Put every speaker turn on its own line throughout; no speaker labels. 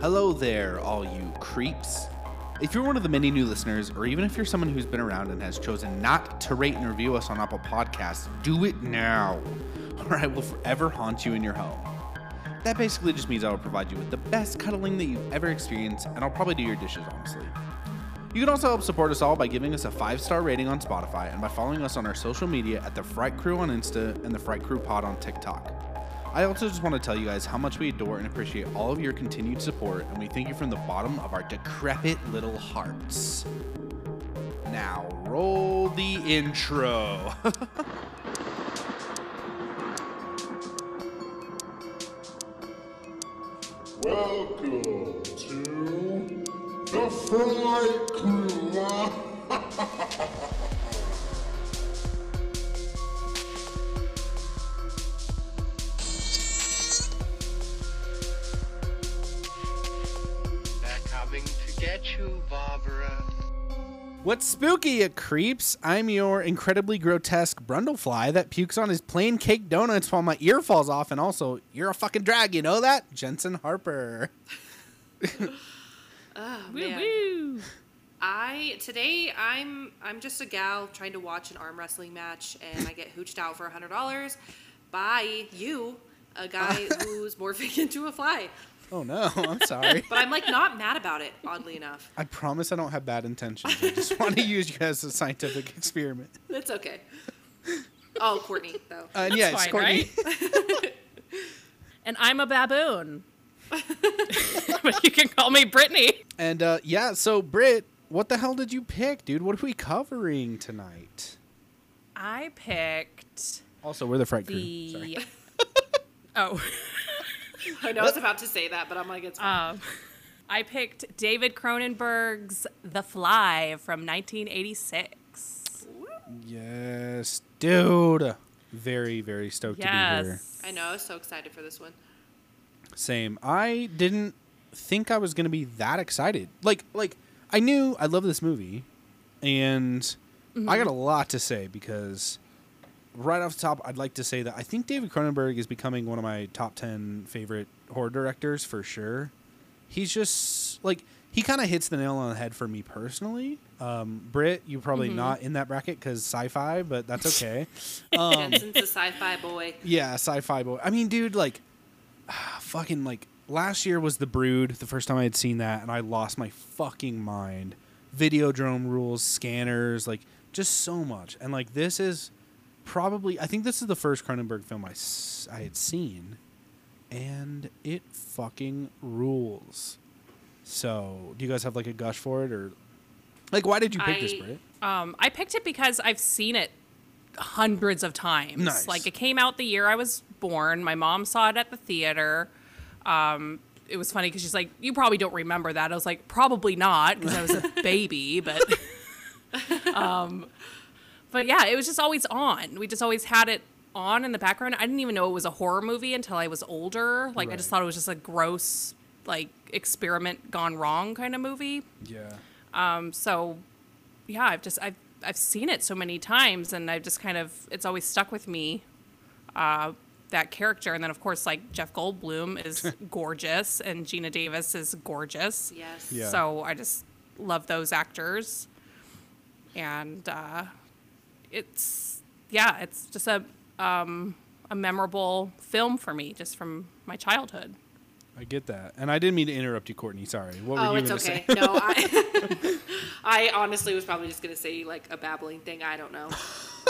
Hello there, all you creeps. If you're one of the many new listeners, or even if you're someone who's been around and has chosen not to rate and review us on Apple Podcasts, do it now, or I will forever haunt you in your home. That basically just means I will provide you with the best cuddling that you've ever experienced, and I'll probably do your dishes, honestly. You can also help support us all by giving us a five star rating on Spotify and by following us on our social media at The Fright Crew on Insta and The Fright Crew Pod on TikTok. I also just want to tell you guys how much we adore and appreciate all of your continued support, and we thank you from the bottom of our decrepit little hearts. Now, roll the intro.
Welcome to the Fright Crew.
They're coming to get you, Barbara.
What's spooky, you creeps? I'm your incredibly grotesque Brundlefly that pukes on his plain cake donuts while my ear falls off, and also, you're a fucking drag, you know that? Jensen Harper.
Oh,
Man. I today I'm I'm just a gal trying to watch an arm wrestling match and I get hooched out for hundred dollars by you, a guy who's morphing into a fly.
Oh no, I'm sorry.
But I'm like not mad about it, oddly enough.
I promise I don't have bad intentions. I just want to use you as a scientific experiment.
That's okay. Oh, Courtney though.
Uh, yeah, it's
fine,
Courtney.
and I'm a baboon. but you can call me Brittany.
And uh, yeah, so Britt, what the hell did you pick, dude? What are we covering tonight?
I picked
Also, we're the Fright Crew. Sorry.
the. oh,
I know I was about to say that, but I'm like it's fine.
um, I picked David Cronenberg's The Fly from 1986.
Yes, dude. Very, very stoked to be here.
Yes,
I know, I was so excited for this one.
Same. I didn't think I was gonna be that excited. Like like I knew I love this movie and I got a lot to say because right off the top I'd like to say that I think David Cronenberg is becoming one of my top ten favorite horror directors for sure. He's just like he kind of hits the nail on the head for me personally. Um, Britt, you're probably not in that bracket because sci-fi, but that's okay.
Jensen's a sci-fi boy.
Yeah, sci-fi boy. I mean, dude, like, fucking like last year was The Brood, the first time I had seen that, and I lost my fucking mind. Videodrome rules, scanners, like just so much. And like this is probably, I think this is the first Cronenberg film I s- I had seen, and it fucking rules. So, do you guys have like a gush for it or like why did you pick this,
I-
Britt?
um, I picked it because I've seen it hundreds of times.
Nice.
Like it came out the year I was born. My mom saw it at the theater. Um, it was funny because she's like, "You probably don't remember that." I was like, "Probably not," because I was a baby. But, um, but yeah, it was just always on. We just always had it on in the background. I didn't even know it was a horror movie until I was older. Like I
Right.
just thought it was just a gross, like experiment gone wrong kind of movie
Yeah.
so yeah i've just i've i've seen it so many times and i've just kind of it's always stuck with me uh that character and then of course like jeff goldblum is gorgeous and gina davis is gorgeous
Yes.
Yeah.
so i just love those actors and uh it's yeah it's just a um a memorable film for me just from my childhood
I get that. And I didn't mean to interrupt you, Courtney. Sorry. What were
Oh,
you
it's
gonna say?
okay. No, I, I honestly was probably just gonna say like a babbling thing. I don't know,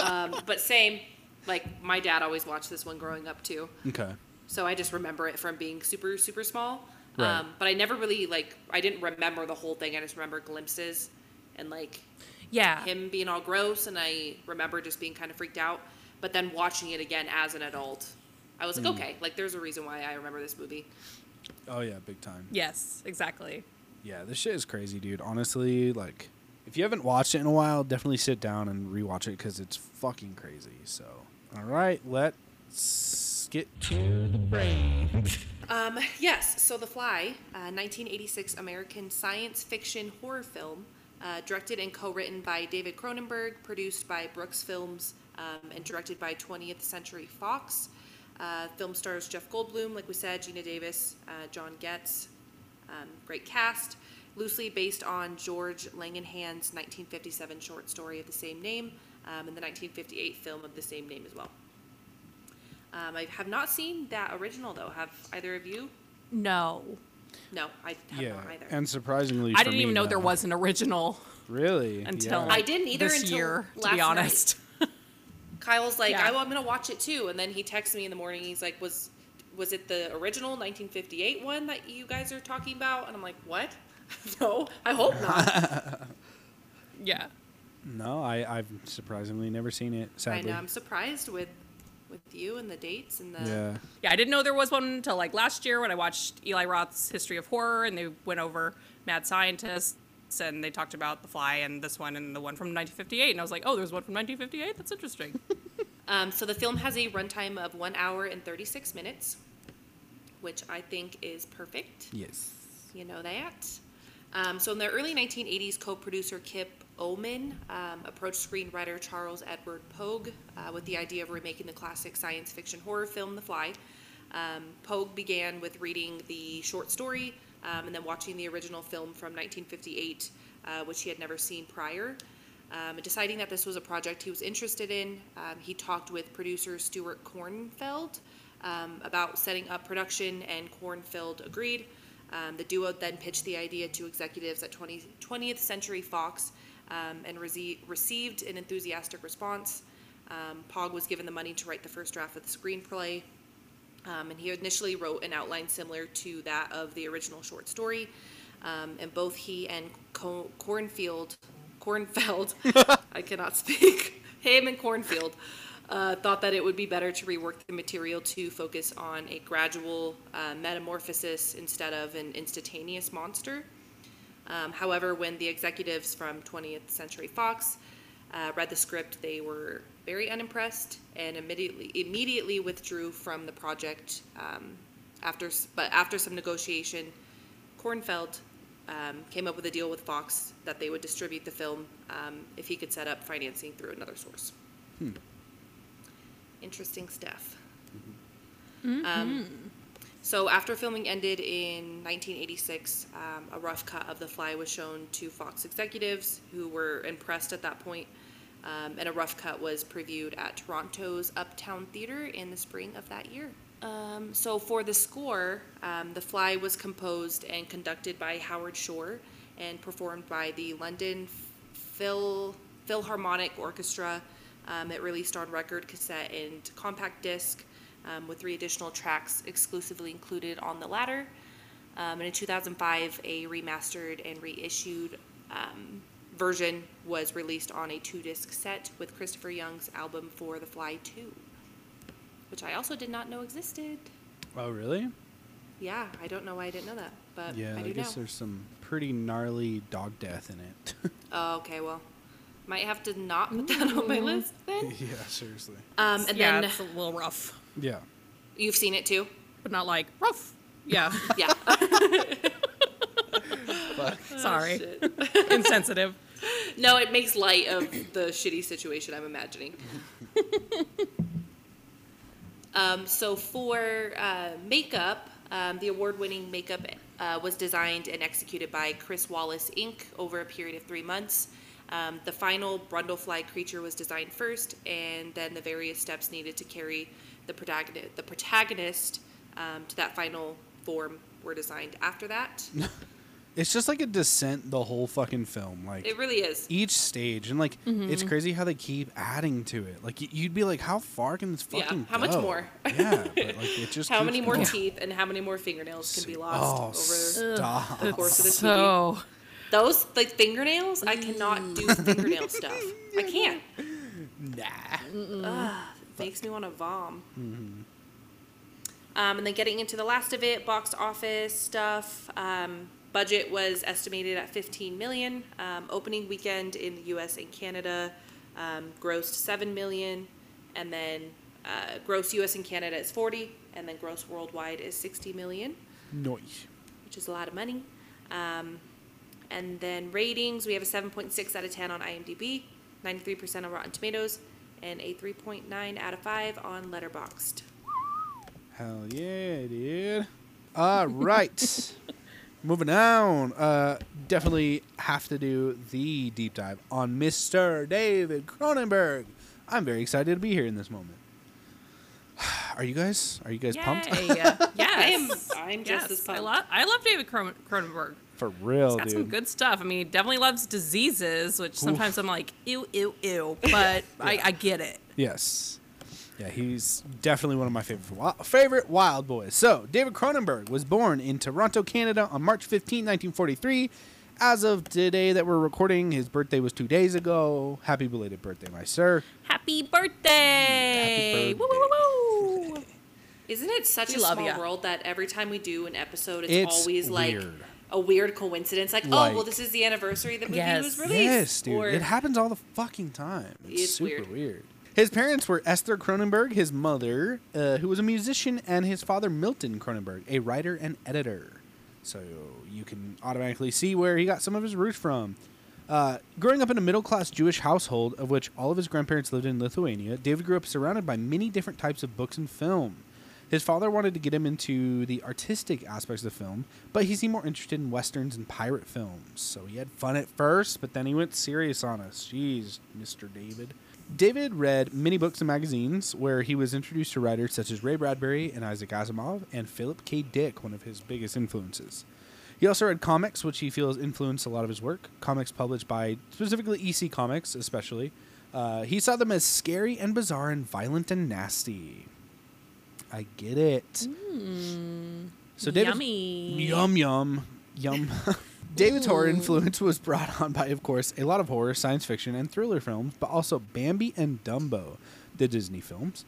um, but same. Like my dad always watched this one growing up too,
Okay.
so I just remember it from being super super small.
Right.
Um, but I never really like I didn't remember the whole thing. I just remember glimpses and like
yeah
him being all gross, and I remember just being kind of freaked out. But then watching it again as an adult, I was like, okay, like there's a reason why I remember this movie.
Oh yeah, big time.
yes exactly
Yeah, this shit is crazy, dude. Honestly, like, if you haven't watched it in a while, definitely sit down and rewatch it because it's fucking crazy. So, all right, let's get to the brain.
Um, yes, so The Fly, uh, 1986 American science fiction horror film, uh, directed and co written by David Cronenberg, produced by Brooks Films, um, and directed by 20th Century Fox. Uh, film stars Jeff Goldblum, like we said, Gina Davis, uh, John Getz, Um, great cast, loosely based on George Langenhand's 1957 short story of the same name um, and the 1958 film of the same name as well. Um, I have not seen that original though. Have either of you?
No,
No, I have
yeah,
not either.
and surprisingly,
I
for
didn't
me,
even know there
that-
was an original
really
until
yeah.
I didn't either
this
until
year. to
last
be
night.
honest,
Kyle's like,
Yeah.
I, am gonna watch it too, and then he texts me in the morning. He's like, was was it the original 1958 one that you guys are talking about? And I'm like, what? no, I hope not.
yeah.
No, I, I've surprisingly never seen it.
I
Sadly,
know. I'm surprised with with you and the dates and the.
yeah,
Yeah, I didn't know there was one until like last year when I watched Eli Roth's History of Horror and they went over Mad Scientists and they talked about The Fly and this one and the one from 1958 and I was like, "Oh, there's one from 1958. That's interesting."
Um, so the film has a runtime of one hour and 36 minutes, which I think is perfect.
yes,
You know that. Um, so in the early 1980s, co-producer Kip Omen um, approached screenwriter Charles Edward Pogue uh, with the idea of remaking the classic science fiction horror film *The Fly*. Um, Pogue began with reading the short story um, and then watching the original film from 1958, uh, which he had never seen prior. Um, and deciding that this was a project he was interested in, um, he talked with producer Stuart Kornfeld um, about setting up production, and Kornfeld agreed. Um, the duo then pitched the idea to executives at 20, 20th Century Fox um, and rece- received an enthusiastic response. Um, Pog was given the money to write the first draft of the screenplay, um, and he initially wrote an outline similar to that of the original short story. Um, and both he and Co- Cornfield, Cornfeld, I cannot speak, him and Cornfield, uh, thought that it would be better to rework the material to focus on a gradual uh, metamorphosis instead of an instantaneous monster. Um, however, when the executives from 20th Century Fox uh, read the script, they were very unimpressed and immediately immediately withdrew from the project. Um, after, s- but after some negotiation, Kornfeld um, came up with a deal with Fox that they would distribute the film um, if he could set up financing through another source. Interesting stuff. Um, so after filming ended in 1986, um, a rough cut of The Fly was shown to Fox executives who were impressed at that point, um, and a rough cut was previewed at Toronto's Uptown Theater in the spring of that year. Um, so for the score, um, The Fly was composed and conducted by Howard Shore and performed by the London Phil Philharmonic Orchestra. Um, it released on record, cassette, and compact disc, um, with three additional tracks exclusively included on the latter. Um, and in 2005, a remastered and reissued um, version was released on a two disc set with Christopher Young's album For the Fly 2, which I also did not know existed.
Oh, really?
Yeah, I don't know why I didn't know that, but
Yeah,
I
I,
do
guess
know.
there's some pretty gnarly dog death in it.
Oh, okay, well, might have to not put that on my list then.
yeah, seriously.
Um, and
yeah,
then
it's a little rough,
Yeah.
you've seen it too?
but not like rough. Yeah,
Yeah.
sorry. Insensitive.
No, it makes light of the shitty situation I'm imagining. um, so for uh, makeup, um, the award-winning makeup uh, was designed and executed by Chris Wallace Inc. over a period of three months. Um, the final Brundlefly creature was designed first, and then the various steps needed to carry the protagonist, the protagonist um, to that final form were designed after that.
It's just like a descent the whole fucking film. Like
it really is.
each stage and like it's
Mm-hmm.
crazy how they keep adding to it. Like y- you'd be like how far can this
Yeah,
fucking
how much
go?
more?
yeah, but like it just
how
keeps
many more
going.
teeth and how many more fingernails can be
Oh,
lost over
stop.
the course of this movie.
So
Those like fingernails, I cannot do fingernail stuff. I can't.
Nah.
Makes me want to vom. Um, and then getting into the last of it, box office stuff. Um, budget was estimated at 15 million. Um, opening weekend in the U.S. and Canada um, grossed 7 million, and then uh, gross U.S. and Canada is 40, and then gross worldwide is 60 million.
Noise.
which is a lot of money. Um, and then ratings, we have a 7.6 out of 10 on IMDb, 93% on Rotten Tomatoes, and a 3.9 out of 5 on Letterboxd.
Hell yeah, dude. All right. Moving on, uh, definitely have to do the deep dive on Mr. David Cronenberg. I'm very excited to be here in this moment. Are you guys? Are you guys pumped?
Yay. yes.
am- I'm
yes.
just as
I
pumped.
love I love David Cronen- Cronenberg.
For real,
He's got
dude.
some good stuff. I mean, he definitely loves diseases, which sometimes I'm like, ew, ew, ew. But I, I get it.
Yes. Yeah, he's definitely one of my favorite wi- favorite Wild Boys. So, David Cronenberg was born in Toronto, Canada on March 15, 1943. As of today that we're recording, his birthday was 2 days ago. Happy belated birthday, my sir.
Happy birthday!
Happy
Woo, woo, woo, woo.
Isn't it such
We
a
love
small
ya.
world that every time we do an episode, it's,
It's
always like
weird.
a weird coincidence? Like, oh, well,
Like-
this is the anniversary the movie
Yes.
was released.
Yes, dude.
Or
it happens all the fucking time. It's,
It's
super
weird.
weird. His parents were Esther Cronenberg, his mother, uh, who was a musician, and his father, Milton Cronenberg, a writer and editor. So you can automatically see where he got some of his roots from. Uh, growing up in a middle class Jewish household, of which all of his grandparents lived in Lithuania, David grew up surrounded by many different types of books and film. His father wanted to get him into the artistic aspects of film, but he seemed more interested in westerns and pirate films. So he had fun at first, but then he went serious on us. Jeez, Mr. David. David read many books and magazines where he was introduced to writers such as Ray Bradbury and Isaac Asimov and Philip K. Dick, one of his biggest influences. He also read comics, which he feels influenced a lot of his work. Comics published by specifically EC Comics, especially. Uh, he saw them as scary and bizarre and violent and nasty. I get it. So David,
Yummy.
Yum yum yum. David's horror influence was brought on by, of course, a lot of horror, science fiction, and thriller films, but also Bambi and Dumbo, the Disney films.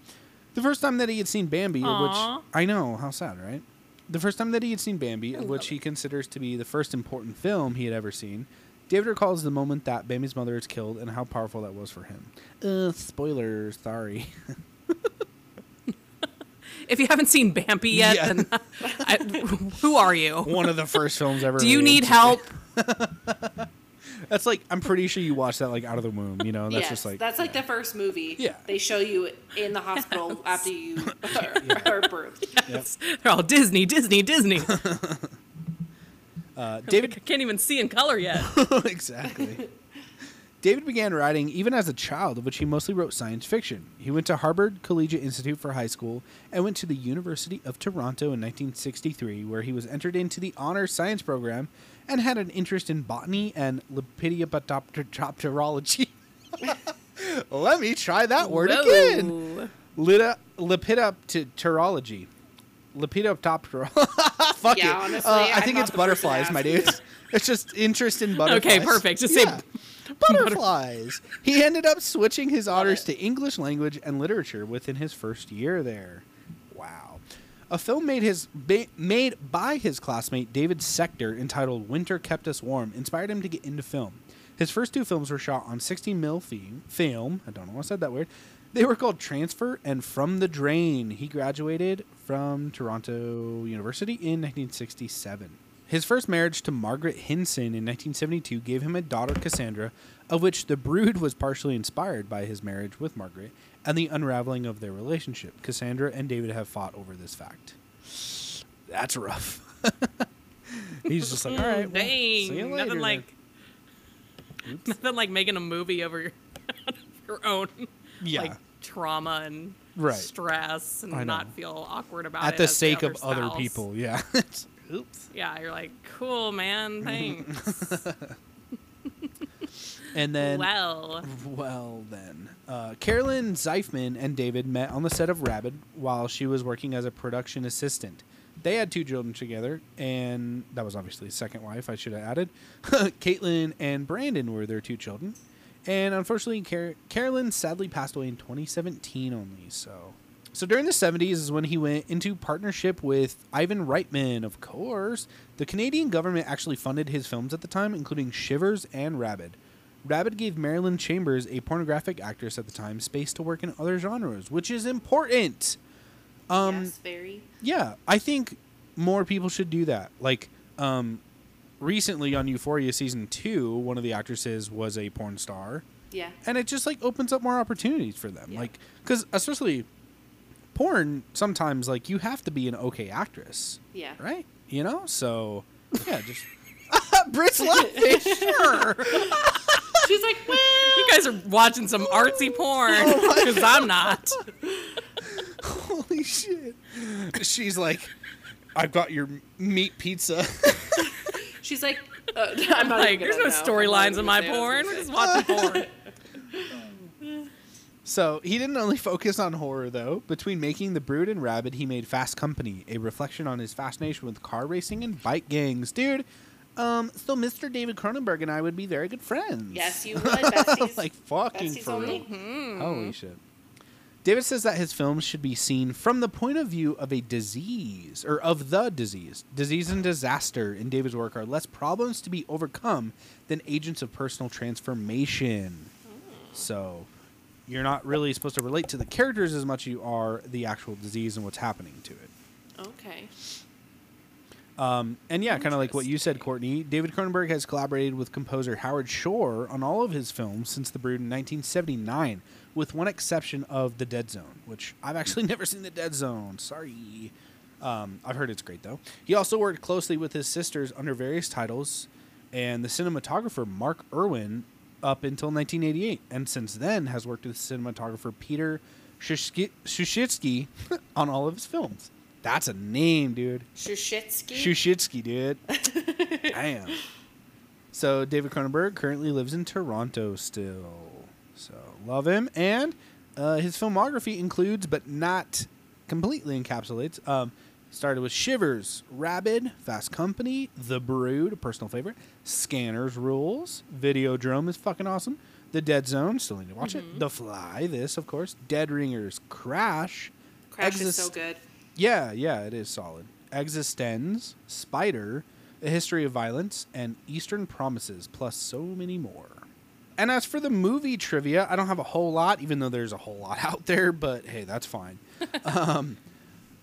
The first time that he had seen Bambi, of
Aw.
which I know how sad, right? The first time that he had seen Bambi, of which he considers to be the first important film he had ever seen, David recalls the moment that Bambi's mother is killed and how powerful that was for him. Uh, spoiler, sorry.
If you haven't seen Bambi yet,
Yeah.
then I, who are you?
One of the first films ever.
Do you
made.
need help?
That's like I'm pretty sure you watched that like out of the womb. You know, that's
yes,
just like
that's like the first movie.
Yeah.
They show you in the hospital after you are, are birthed.
They're all Disney, Disney, Disney.
uh, David
I can't even see in color yet.
exactly. David began writing even as a child, of which he mostly wrote science fiction. He went to Harvard Collegiate Institute for high school and went to the University of Toronto in 1963, where he was entered into the honors science program and had an interest in botany and lepidopterology. Let me try that word again.
Whoa.
Lida, lepidopterology. Lepidopterology. Fuck it.
Yeah, honestly,
Uh, I
I'm
think
not
it's
the person to
butterflies,
ask
my
you
dude.
this.
It's just interest in butterflies.
Okay, perfect. Just say
Yeah. butterflies. he ended up switching his honors to English language and literature within his first year there. Wow. A film made his ba- made by his classmate David Sector entitled "Winter Kept Us Warm" inspired him to get into film. His first two films were shot on 16 mil film. Film. I don't know why I said that word. They were called Transfer and From the Drain. He graduated from Toronto University in 1967. His first marriage to Margaret Hinson in 1972 gave him a daughter, Cassandra, of which The Brood was partially inspired by his marriage with Margaret and the unraveling of their relationship. Cassandra and David have fought over this fact. That's rough. He's just like, all right, well,
Mm, Dang,
see you later,
nothing
then."
like nothing like making a movie over your, your own
Yeah.
like trauma and
Right.
stress and
I know.
not feel awkward about it
at the
as
sake of other
spouse.
people. Yeah. It's- Oops.
Yeah, you're like, cool, man. Thanks.
And then
well,
Well, then. Uh, Carolyn Zeifman and David met on the set of Rabbit while she was working as a production assistant. They had two children together, and that was obviously his second wife, I should have added. Caitlin and Brandon were their two children. And unfortunately, Car- Carolyn sadly passed away in 2017 only, so. So during the 70s is when he went into partnership with Ivan Reitman, of course. The Canadian government actually funded his films at the time, including Shivers and Rabid. Rabbit gave Marilyn Chambers, a pornographic actress at the time, space to work in other genres, which is important. Um,
yes, very.
Yeah, I think more people should do that. Like, um, recently on Euphoria season two, one of the actresses was a porn star,
Yeah.
and it just like opens up more opportunities for them.
Yeah.
Like, because especially porn, sometimes like you have to be an okay actress,
Yeah.
right? You know, so Yeah, just
Brit's laughing. Sure.
She's like, well,
You guys are watching some artsy porn
Oh
because I'm not.
holy shit. She's like, I've got your meat pizza.
she's like, uh, I'm not
Like,
even
there's
gonna
no
know. I'm not
storylines
even
in my
gonna say
porn.
what
We're
I was
just watching porn.
so he didn't only focus on horror though. Between making The Brood and Rabbit, he made Fast Company, a reflection on his fascination with car racing and bike gangs. Dude, um, so Mr. David Cronenberg and I would be very good friends.
Yes, you would. Besties.
like fucking
besties
for real.
only. Mm-hmm.
Holy shit. David says that his films should be seen from the point of view of a disease, or of the disease. Disease and disaster in David's work are less problems to be overcome than agents of personal transformation. So, you're not really supposed to relate to the characters as much as you are the actual disease and what's happening to it.
Okay.
Um, and yeah, kind of like what you said, Courtney. David Cronenberg has collaborated with composer Howard Shore on all of his films since The Brood in 1979, with one exception of The Dead Zone, which I've actually never seen The Dead Zone. Sorry. Um, I've heard it's great, though. He also worked closely with his sisters under various titles and the cinematographer Mark Irwin up until 1988. And since then has worked with cinematographer Peter Shishki- Shushitsky on all of his films. That's a name, dude.
Shushitsky.
Shushitsky, dude. Damn. So David Cronenberg currently lives in Toronto still. So love him, and uh, his filmography includes, but not completely encapsulates. Um, started with Shivers, Rabid, Fast Company, The Brood, a personal favorite, Scanners Rules, Videodrome is fucking awesome, The Dead Zone, still need to watch
Mm-hmm.
it, The Fly, this of course, Dead Ringers, Crash,
Crash is so
Exist-
good.
yeah, yeah, it is solid. Existenz, Spider, A History of Violence, and Eastern Promises, plus so many more. And as for the movie trivia, I don't have a whole lot, even though there's a whole lot out there, but hey, that's fine. um,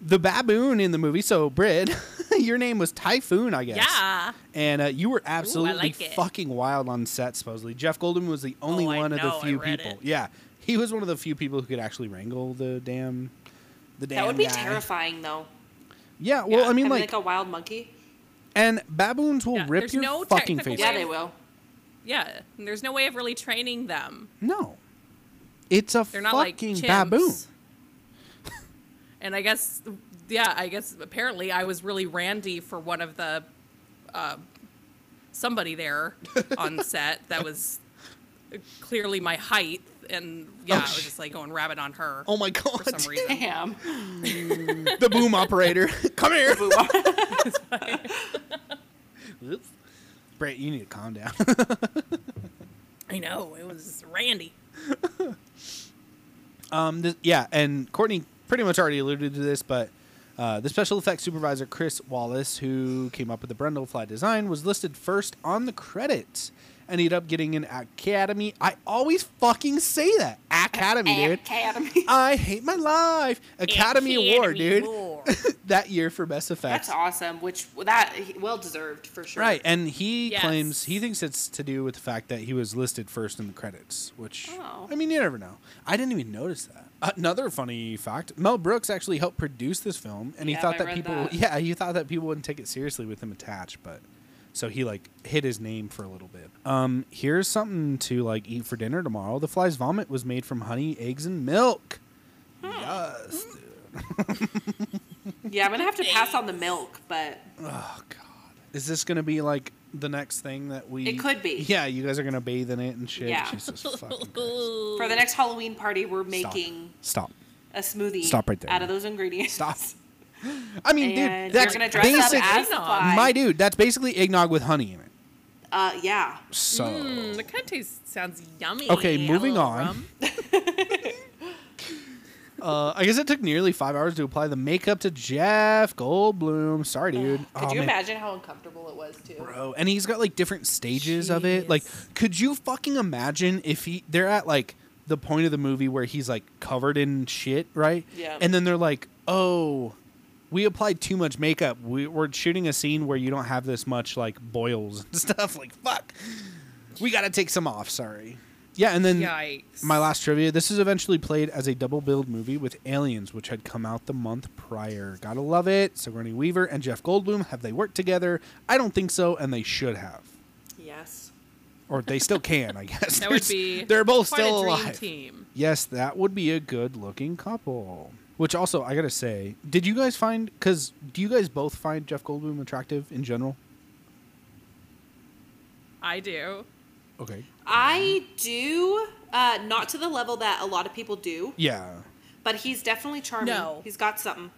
the baboon in the movie, so Brid, your name was Typhoon, I guess.
Yeah.
And uh, you were absolutely
like it.
fucking wild on set, supposedly. Jeff Goldman was the only
Oh,
one
I
of
know,
the
I
few
read
people.
it.
Yeah. He was one of the few people who could actually wrangle the damn. The damn
That would be
guy.
terrifying, though.
Yeah, well,
Yeah.
I mean,
Having
like,
like a wild monkey.
and baboons will
Yeah,
rip
there's
your
no
fucking
technical
face.
way-
Yeah, they will.
Yeah, and there's no way of really training them.
No, it's a
They're not
fucking
like chimps.
baboon.
And I guess, yeah, I guess apparently I was really randy for one of the uh, somebody there on set that was clearly my height, and yeah, I was just like going rabbit on her
Oh my god!
for some reason.
Damn.
the boom operator, come here. Oops. Brett, you need to calm down.
I know it was randy.
Um, th- yeah, and Courtney pretty much already alluded to this, but uh, the special effects supervisor Chris Wallace, who came up with the Brundlefly design, was listed first on the credits and ended up getting an Academy. I always fucking say that Academy, dude.
Academy.
I hate my life Academy, Award, dude, that year for best effects.
That's awesome. Which that well deserved for sure.
Right, and he
Yes.
claims he thinks it's to do with the fact that he was listed first in the credits, which
Oh.
I mean, you never know. I didn't even notice that. Another funny fact: Mel Brooks actually helped produce this film, and he
Yeah,
thought
I
that
read
people,
that.
yeah, he thought that people wouldn't take it seriously with him attached, but so he like hid his name for a little bit. Um, here's something to like eat for dinner tomorrow. The fly's vomit was made from honey, eggs, and milk. Yes.
Yeah, I'm gonna have to pass on the milk, but
Oh God. Is this gonna be like the next thing that we?
It could be.
Yeah, you guys are gonna bathe in it and shit.
Yeah.
Jesus fucking Christ.
for the
For
next Halloween party, we're making
Stop.
a smoothie.
Stop right there.
Out of those ingredients.
Stop. I mean,
And
dude, that's
you're gonna dress
basic.
up as the
eggnog.
fly.
my dude, that's basically eggnog with honey in it.
Uh, yeah.
So
mm,
Hmm.
the kind of taste sounds yummy.
Okay,
A
moving
little
on.
rum.
uh, I guess it took nearly five hours to apply the makeup to Jeff Goldblum. Sorry, dude. Aw,
Could you
man.
imagine how uncomfortable it was too?
Um, bro. And he's got like different stages of it. Like, could you fucking imagine if he they're at like the point of the movie where he's like covered in shit, right?
Yeah.
And then they're like, oh, we applied too much makeup. We, we're shooting a scene where you don't have this much like boils and stuff. Like, fuck. We got to take some off. Sorry. Yeah, and then
Yikes.
my last trivia. This is eventually played as a double billed movie with Aliens, which had come out the month prior. Gotta love it. Sigourney Weaver and Jeff Goldblum have they worked together? I don't think so, and they should have,
Yes.
or they still can, I guess.
That would
There's-
be
They're both
quite
still
a dream
alive.
team.
Yes, that would be a good looking couple. Which also, I gotta say, did you guys find? Because do you guys both find Jeff Goldblum attractive in general?
I do.
Okay.
I do, uh, not to the level that a lot of people do,
Yeah.
but he's definitely charming.
No.
He's got something.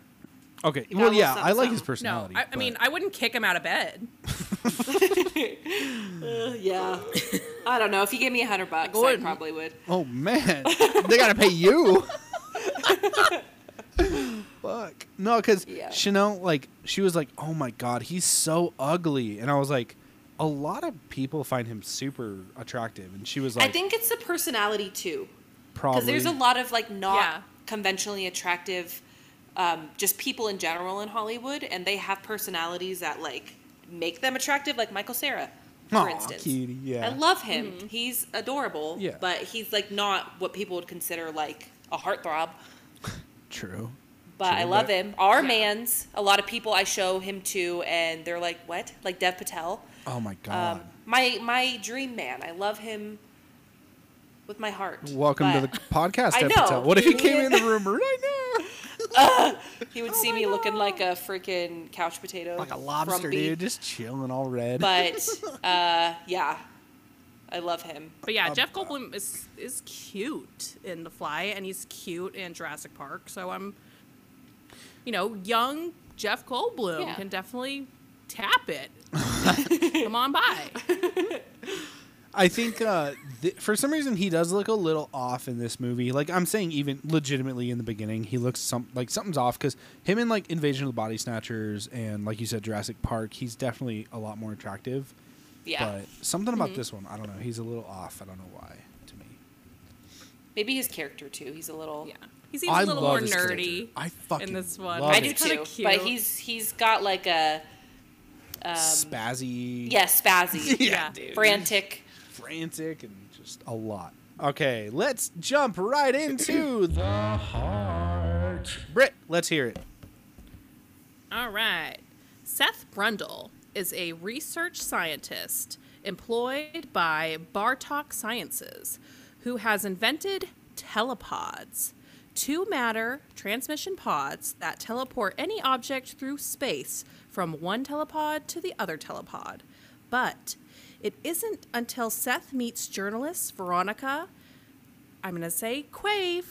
Okay.
got a
Well,
little
yeah, I like
something,
his
something.
No,
personality.
I, I
but-
mean I wouldn't kick him out of bed.
Uh, Yeah. I don't know. If you gave me a hundred bucks, I
wouldn't.
probably would.
Oh man, they gotta pay you. Fuck. No, because
Yeah.
Chanel, like, she was like, "Oh my god, he's so ugly," and I was like, "A lot of people find him super attractive," and she was like,
I think it's the personality too,
"Probably."
because there's a lot of like not
Yeah.
conventionally attractive, um, just people in general in Hollywood, and they have personalities that like make them attractive, like Michael Sarah, for
Aw,
instance.
cutie, yeah.
I love him.
Mm-hmm.
He's adorable.
Yeah.
But he's like not what people would consider like a heartthrob.
True.
But I
True,
love
but-
him. Our
Yeah.
man's a lot of people I show him to, and they're like, "What?" Like Dev Patel.
Oh my
Um,
god.
my my dream man. I love him with my heart.
Welcome to
but
the podcast,
I
Dev
know.
Patel. What if he
He
came
is-
in the room right now?
He
Oh
would see me looking like a freaking couch potato,
Like a lobster,
frumpy.
dude, just chilling all red.
But uh, yeah, I love him.
But yeah, Jeff Goldblum is is cute in The Fly, and he's cute in Jurassic Park. So I'm, you know, young Jeff Goldblum
Yeah.
can definitely tap it. Come on by.
I think uh, th- for some reason he does look a little off in this movie. Like I'm saying, even legitimately in the beginning, he looks some like something's off because him in like Invasion of the Body Snatchers and like you said Jurassic Park, he's definitely a lot more attractive.
Yeah,
But something about
Mm-hmm.
this one, I don't know. He's a little off. I don't know why. To me,
maybe his character too. He's a little.
Yeah, he seems
I
a little
love
more
his character.
nerdy.
I fucking
in this one.
love
I
it.
do
He's kinda
too.
cute.
But he's he's got like a
um,
spazzy,
yeah spazzy,
Yeah.
frantic.
frantic, and just a lot. Okay, let's jump right into the heart. Britt, let's hear it.
All right. Seth Brundle is a research scientist employed by Bartok Sciences, who has invented telepods, two matter transmission pods that teleport any object through space from one telepod to the other telepod. But it isn't until Seth meets journalist Veronica, I'm going to say Quaife,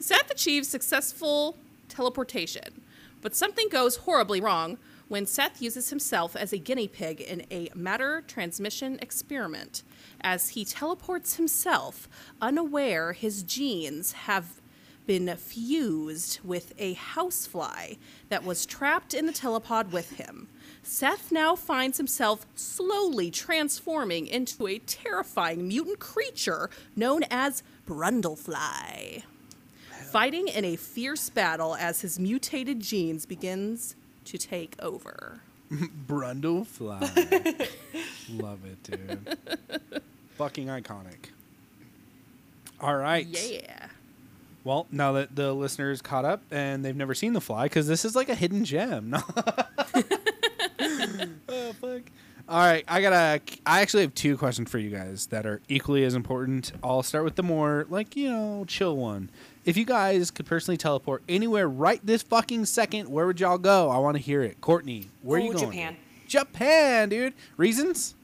Seth achieves successful teleportation, but something goes horribly wrong when Seth uses himself as a guinea pig in a matter transmission experiment. As he teleports himself, unaware his genes have been fused with a housefly that was trapped in the telepod with him. Seth now finds himself slowly transforming into a terrifying mutant creature known as Brundlefly fighting in a fierce battle as his mutated genes begins to take over.
Brundle fly. Love it, dude. Fucking iconic. All right.
Yeah.
Well, now that the listeners caught up and they've never seen the fly, because this is like a hidden gem. No. oh fuck. All right, I gotta. I actually have two questions for you guys that are equally as important. I'll start with the more like you know chill one. If you guys could personally teleport anywhere right this fucking second, where would y'all go? I want to hear it, Courtney. Where are you
Ooh,
going?
Japan.
dude? Japan, dude. Reasons?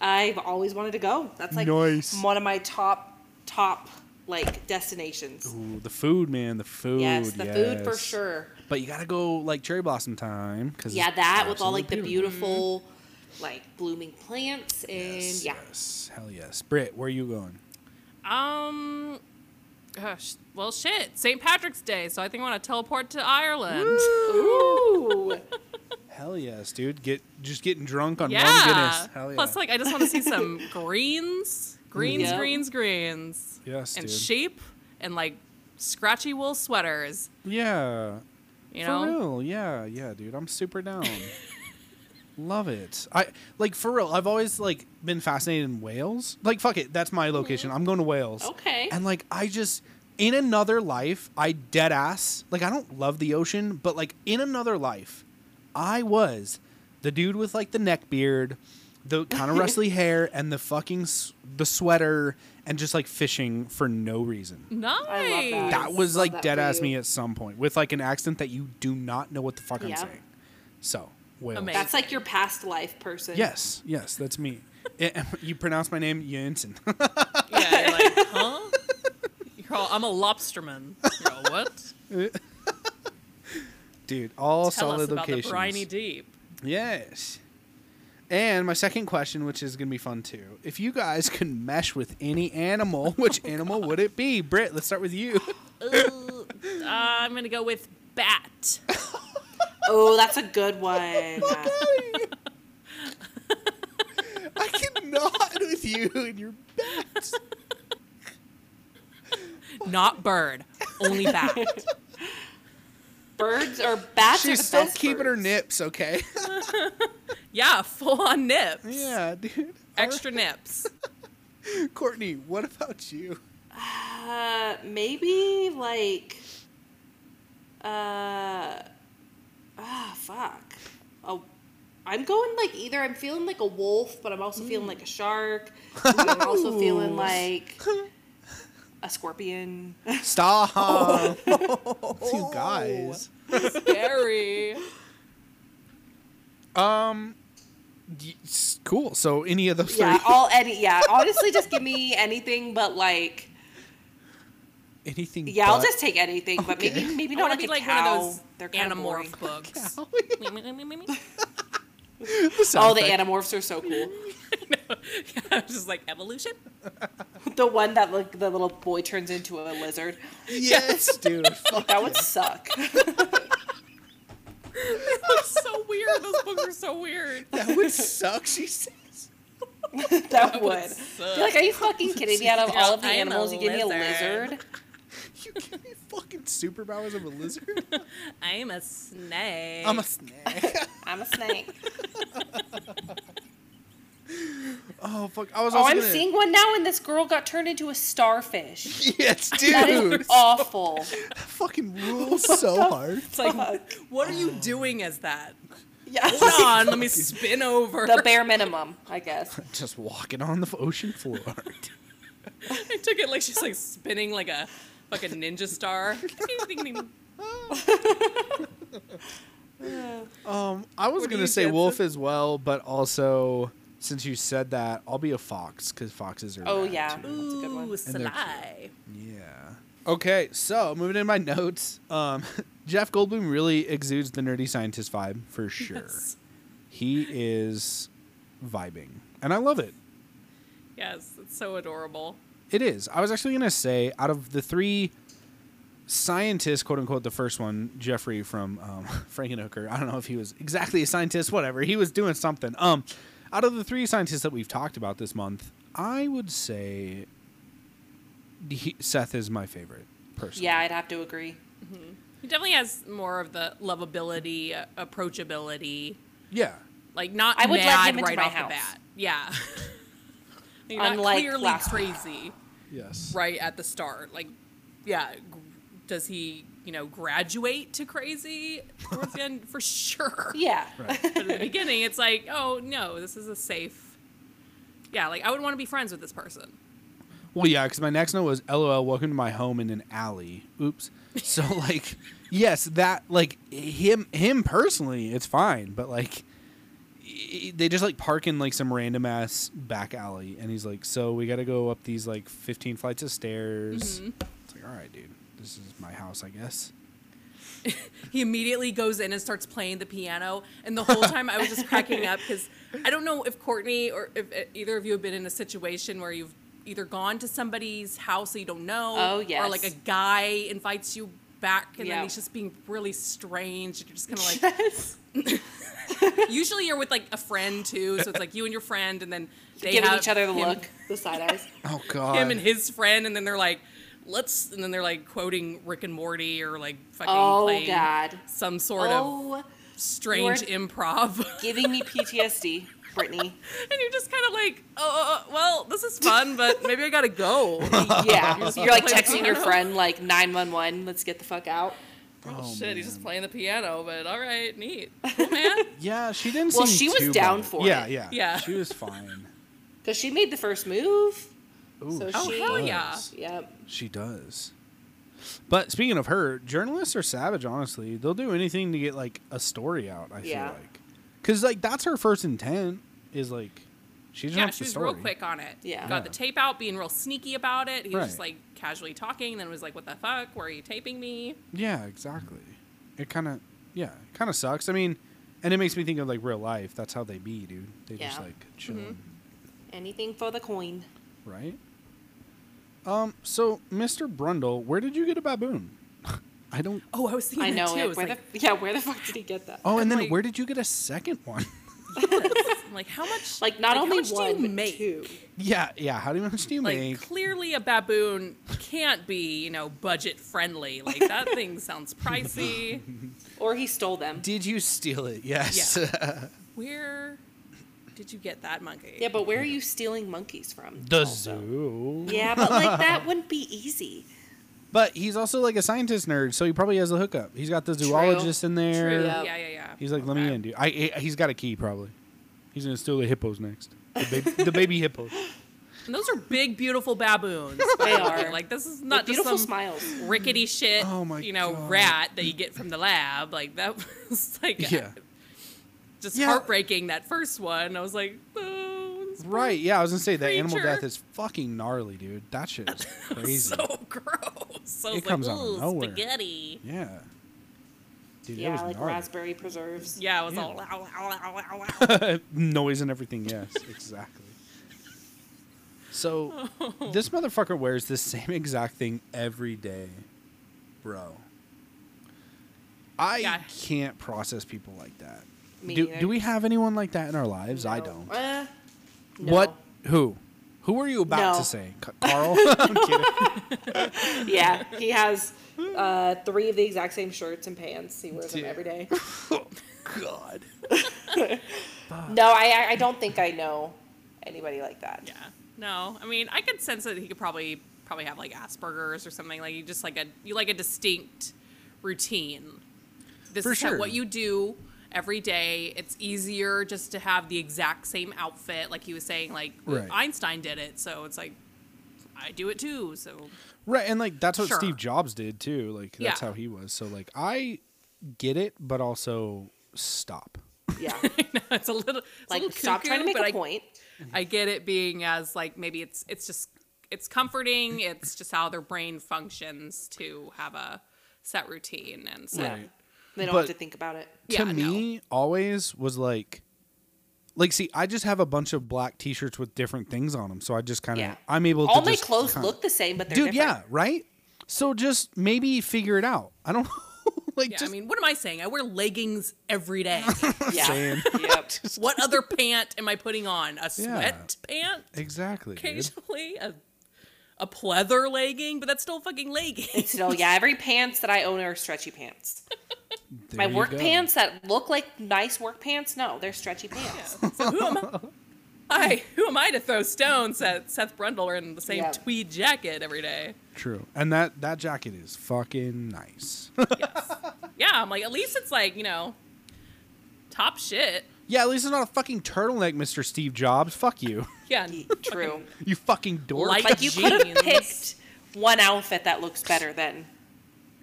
I've always wanted to go. That's like
Nice.
one of my top top like destinations.
Ooh, the food, man. The food.
yes, the food for
yes.
sure.
But you gotta go like cherry blossom time. Cause
Yeah,
it's
that with all like the
absolutely
beautiful, like blooming plants and
Yes,
yeah.
yes, hell yes. Britt, where are you going?
Um. Gosh. Well, shit. St. Patrick's Day, so I think I want to teleport to Ireland.
Ooh.
Hell yes, dude. Get just getting drunk on one
Yeah.
Guinness. Oh, Hell yeah.
Plus, like, I just want to see some greens, greens,
Yeah.
greens, greens,
yes,
and
dude.
sheep, and like scratchy wool sweaters.
yeah,
You
for
know.
real. Yeah, yeah, dude. I'm super down. Love it. I like for real. I've always like been fascinated in Wales. Like fuck it, that's my location.
Mm-hmm.
I'm going to Wales.
Okay.
And like I just in another life, I dead ass. Like I don't love the ocean, but like in another life, I was the dude with like the neck beard, the kind of rustly hair and the fucking s- the sweater and just like fishing for no reason.
Nice.
I love
That
Love
was like
that
dead
for
ass
you.
me at some point with like an accent that you do not know what the fuck I'm
Yeah.
saying. So, Wales.
Amazing.
That's like your past life person.
Yes, yes, that's me. Eh, you pronounce my name Jensen.
Yeah, you're like, huh? You're all, I'm a lobsterman. You're all, what?
Dude, all
Tell
solid
us about
locations.
the briny deep.
yes. And my second question, which is going to be fun too. If you guys could mesh with any animal, which
Oh,
animal would it be? Britt, let's start with you.
Ooh, uh, I'm gonna go with bat.
Oh, that's a good one.
I cannot with you and your bats.
Not bird, only bat.
Birds or bats are the
She's still
best
keeping her
birds.
nips, okay?
Yeah, full on nips.
yeah, dude.
Extra nips.
Courtney, what about you?
Uh, maybe like, uh, ah, fuck. Oh, I'm going like either. I'm feeling like a wolf, but I'm also
Mm.
feeling like a shark. and I'm also feeling like a scorpion.
Stop. you guys.
Scary.
Y- s- Cool. So any of those
yeah,
three,
all any. Yeah, honestly, just give me anything, but like,
anything.
yeah, I'll
but-
just take anything, but maybe maybe
You
not
want to be like
like a cow.
one of those
They're kind of boring.
anamorph books. Me, me, me, me, me.
The sound
Oh, the
effect.
anamorphs are so cool.
yeah, I was just like evolution.
the one that like the little boy turns into a lizard.
Yes, dude. Fuck.
That would suck.
That's so weird. Those books are so weird.
That would suck. She says.
That would.
suck.
You're like, are you fucking kidding me? Out of all of the
I'm a
animals, you give me a
lizard.
lizard.
You give me fucking superpowers of a lizard.
I'm a snake.
I'm a snake.
I'm a snake.
Oh fuck. I was.
Oh,
Also
I'm
gonna...
seeing one now, and this girl got turned into a starfish.
Yes,
That is
dude.
awful.
fucking rules so hard.
It's like,
Fuck.
what are you doing as that?
Yeah.
Hold on, let me spin over.
the bare minimum, I guess.
Just walking on the ocean floor.
I took it like she's like spinning like a fucking ninja star.
um, I was
What do
gonna
you
say
get?
wolf as well, but also since you said that, I'll be a fox because foxes are.
Oh
rad,
yeah,
too.
that's a good
Ooh,
one.
And they're
sly.
Yeah. Okay, so moving into my notes, um, Jeff Goldblum really exudes the nerdy scientist vibe for sure.
Yes.
He is vibing, and I love it.
Yes, it's so adorable.
It is. I was actually gonna say, out of the three scientists, quote unquote, the first one, Jeffrey from um, Frankenhooker. I don't know if he was exactly a scientist. Whatever, he was doing something. Um, out of the three scientists that we've talked about this month, I would say he, Seth is my favorite person.
Yeah, I'd have to agree.
He definitely has more of the lovability, uh, approachability.
Yeah.
Like not
I would let
mad
him into
right
my
off
house.
the bat. Yeah. You're not
Unlike
clearly
last week.
crazy
Yes.
right at the start. Like, yeah, g- does he, you know, graduate to crazy towards the end? For sure.
Yeah.
But at the beginning, it's like, oh no, this is a safe. Yeah, like I would want to be friends with this person.
Well, yeah, because my next note was "LOL, welcome to my home in an alley." Oops. So like, yes, that like him him personally, it's fine, but like i- they just like park in like some random ass back alley, and he's like, "So we got to go up these like fifteen flights of stairs." It's like, all right, dude, this is my house, I guess.
He immediately goes in and starts playing the piano, and the whole time I was just cracking up because I don't know if Courtney or if uh, either of you have been in a situation where you've either gone to somebody's house that you don't know,
Oh,
or like a
yes.
guy invites you back, and
Yeah.
then he's just being really strange, and you're just kind of like,
Yes.
usually you're with like a friend too, so it's like you and your friend, and then they
Giving
have
each other the
him-
look, the side eyes.
Oh God.
him and his friend, and then they're like, let's, and then they're like quoting Rick and Morty or like fucking
Oh
playing
God.
some sort
Oh
strange
You
improv.
Giving me PTSD, Brittany.
and you're just kind of like, oh, uh, well, this is fun, but maybe I gotta go.
Yeah, you're like
Like,
texting your friend like nine one one. Let's get the fuck out.
Oh, shit, he's just playing the piano, but all right, neat. Cool, man.
Yeah, she didn't.
Well,
seem
she was
too
down
bothered.
for
yeah,
it.
Yeah,
Yeah.
She was fine.
Cause she made the first move.
Ooh,
So
oh,
she-
hell yeah.
Yep.
She does. But speaking of her, journalists are savage. Honestly, they'll do anything to get like a story out. I
Yeah.
feel like, because like that's her first intent is like, she just
Yeah,
wants the
she was
story.
real quick on it.
Yeah.
Got the tape out, being real sneaky about it. He was just
Right.
like casually talking, then was like, what the fuck? Where are you taping me?
Yeah, exactly. It kind of, yeah, it kind of sucks. I mean, and it makes me think of like real life. That's how they be, dude. They just
Yeah. Mm-hmm.
like chill,
Anything for the coin.
right? Um. So, Mr. Brundle, where did you get a baboon? I don't.
Oh, I was thinking
I
that
know
too. I
it.
was
Where
like,
the yeah? Where the fuck did he get that?
Oh, and then
like-
where did you get a second one?
I'm like, how much?
Like not
how
only
much
one,
do you
but
make?
two.
yeah, yeah. How much do you
Like
make?
clearly, a baboon can't be you know budget friendly. Like that thing sounds pricey.
Or he stole them.
Did you steal it? Yes.
Where did you get that monkey?
Yeah, but where are you stealing monkeys from?
the
also?
zoo.
Yeah, but like that wouldn't be easy.
But he's also like a scientist nerd, so he probably has a hookup. He's got the zoologist in there.
True.
Yeah.
Yeah, yeah, yeah.
He's like, let
Okay.
me in, dude. I, I- he's got a key probably. He's gonna steal the hippos next. The, ba- the baby hippos.
And those are big, beautiful baboons.
They
by the way.
are.
Like this is
Not
not just
beautiful
some
smiles.
rickety shit.
Oh my
you know,
God.
rat that you get from the lab. Like that was like
Yeah.
just
Yeah.
heartbreaking. That first one, I was like, oh, this is
Right. Yeah, I was gonna say that animal
Creature.
death is fucking gnarly, dude. That shit is crazy.
so gross. So
It
it's
comes
like,
out of
ooh,
nowhere.
spaghetti.
yeah. Dude,
Yeah,
that was
like
gnarly.
raspberry preserves.
Yeah, it was
Yeah.
all ow, ow, ow, ow, ow, ow.
noise and everything. Yes, exactly. So this motherfucker wears this same exact thing every day, bro. I
Yeah.
can't process people like that.
Me
do,
neither.
do we have anyone like that in our lives? I
No.
don't.
Eh,
What? Who? Who were you about
No.
to say, Ca- Carl? I'm kidding.
yeah, he has uh, three of the exact same shirts and pants. He wears them every day.
God.
No, I I- I don't think I know anybody like that.
yeah. No, I mean, I could sense that he could probably probably have like Asperger's or something. Like you just like a you like a distinct routine. This
For
is how-
sure.
what you do every day. It's easier just to have the exact same outfit. Like he was saying, like
Right.
Einstein did it, so it's like I do it too. So
Right, and like that's what
Sure.
Steve Jobs did too. Like that's
Yeah.
how he was. So like I get it, but also stop.
Yeah,
it's a little it's a
like
little
stop trying to
cuckoo,
make
but
a
I-
point.
I get it being as like maybe it's it's just it's comforting. It's just how their brain functions to have a set routine, and so
Right. They don't
But-
have to think about it.
yeah,
to
no.
me always was like like see i just have a bunch of black t-shirts with different things on them so i just kind of
Yeah.
i'm able
All
to
my
just
clothes
kinda-
look the same, but they're
dude
different.
yeah right so just maybe figure it out i don't know like
yeah.
just
I mean, what am I saying? I wear leggings every day.
Yeah.
Same.
Yep.
what other pant am I putting on? A sweat pant
exactly dude.
occasionally, a a pleather legging, but that's still fucking legging.
So yeah, every pants that I own are stretchy pants.
There
My
you
work
go.
pants that look like nice work pants, no, they're stretchy pants.
So who am I? I, who am I to throw stones at Seth Brundle in the same
Yeah.
tweed jacket every day?
true and that that jacket is fucking nice
Yeah, I'm like, at least it's like, you know, top shit.
yeah at least it's not a fucking turtleneck mr steve jobs fuck you
Yeah.
True.
you fucking dork
Light-
Like you could have
Jeans.
picked one outfit that looks better than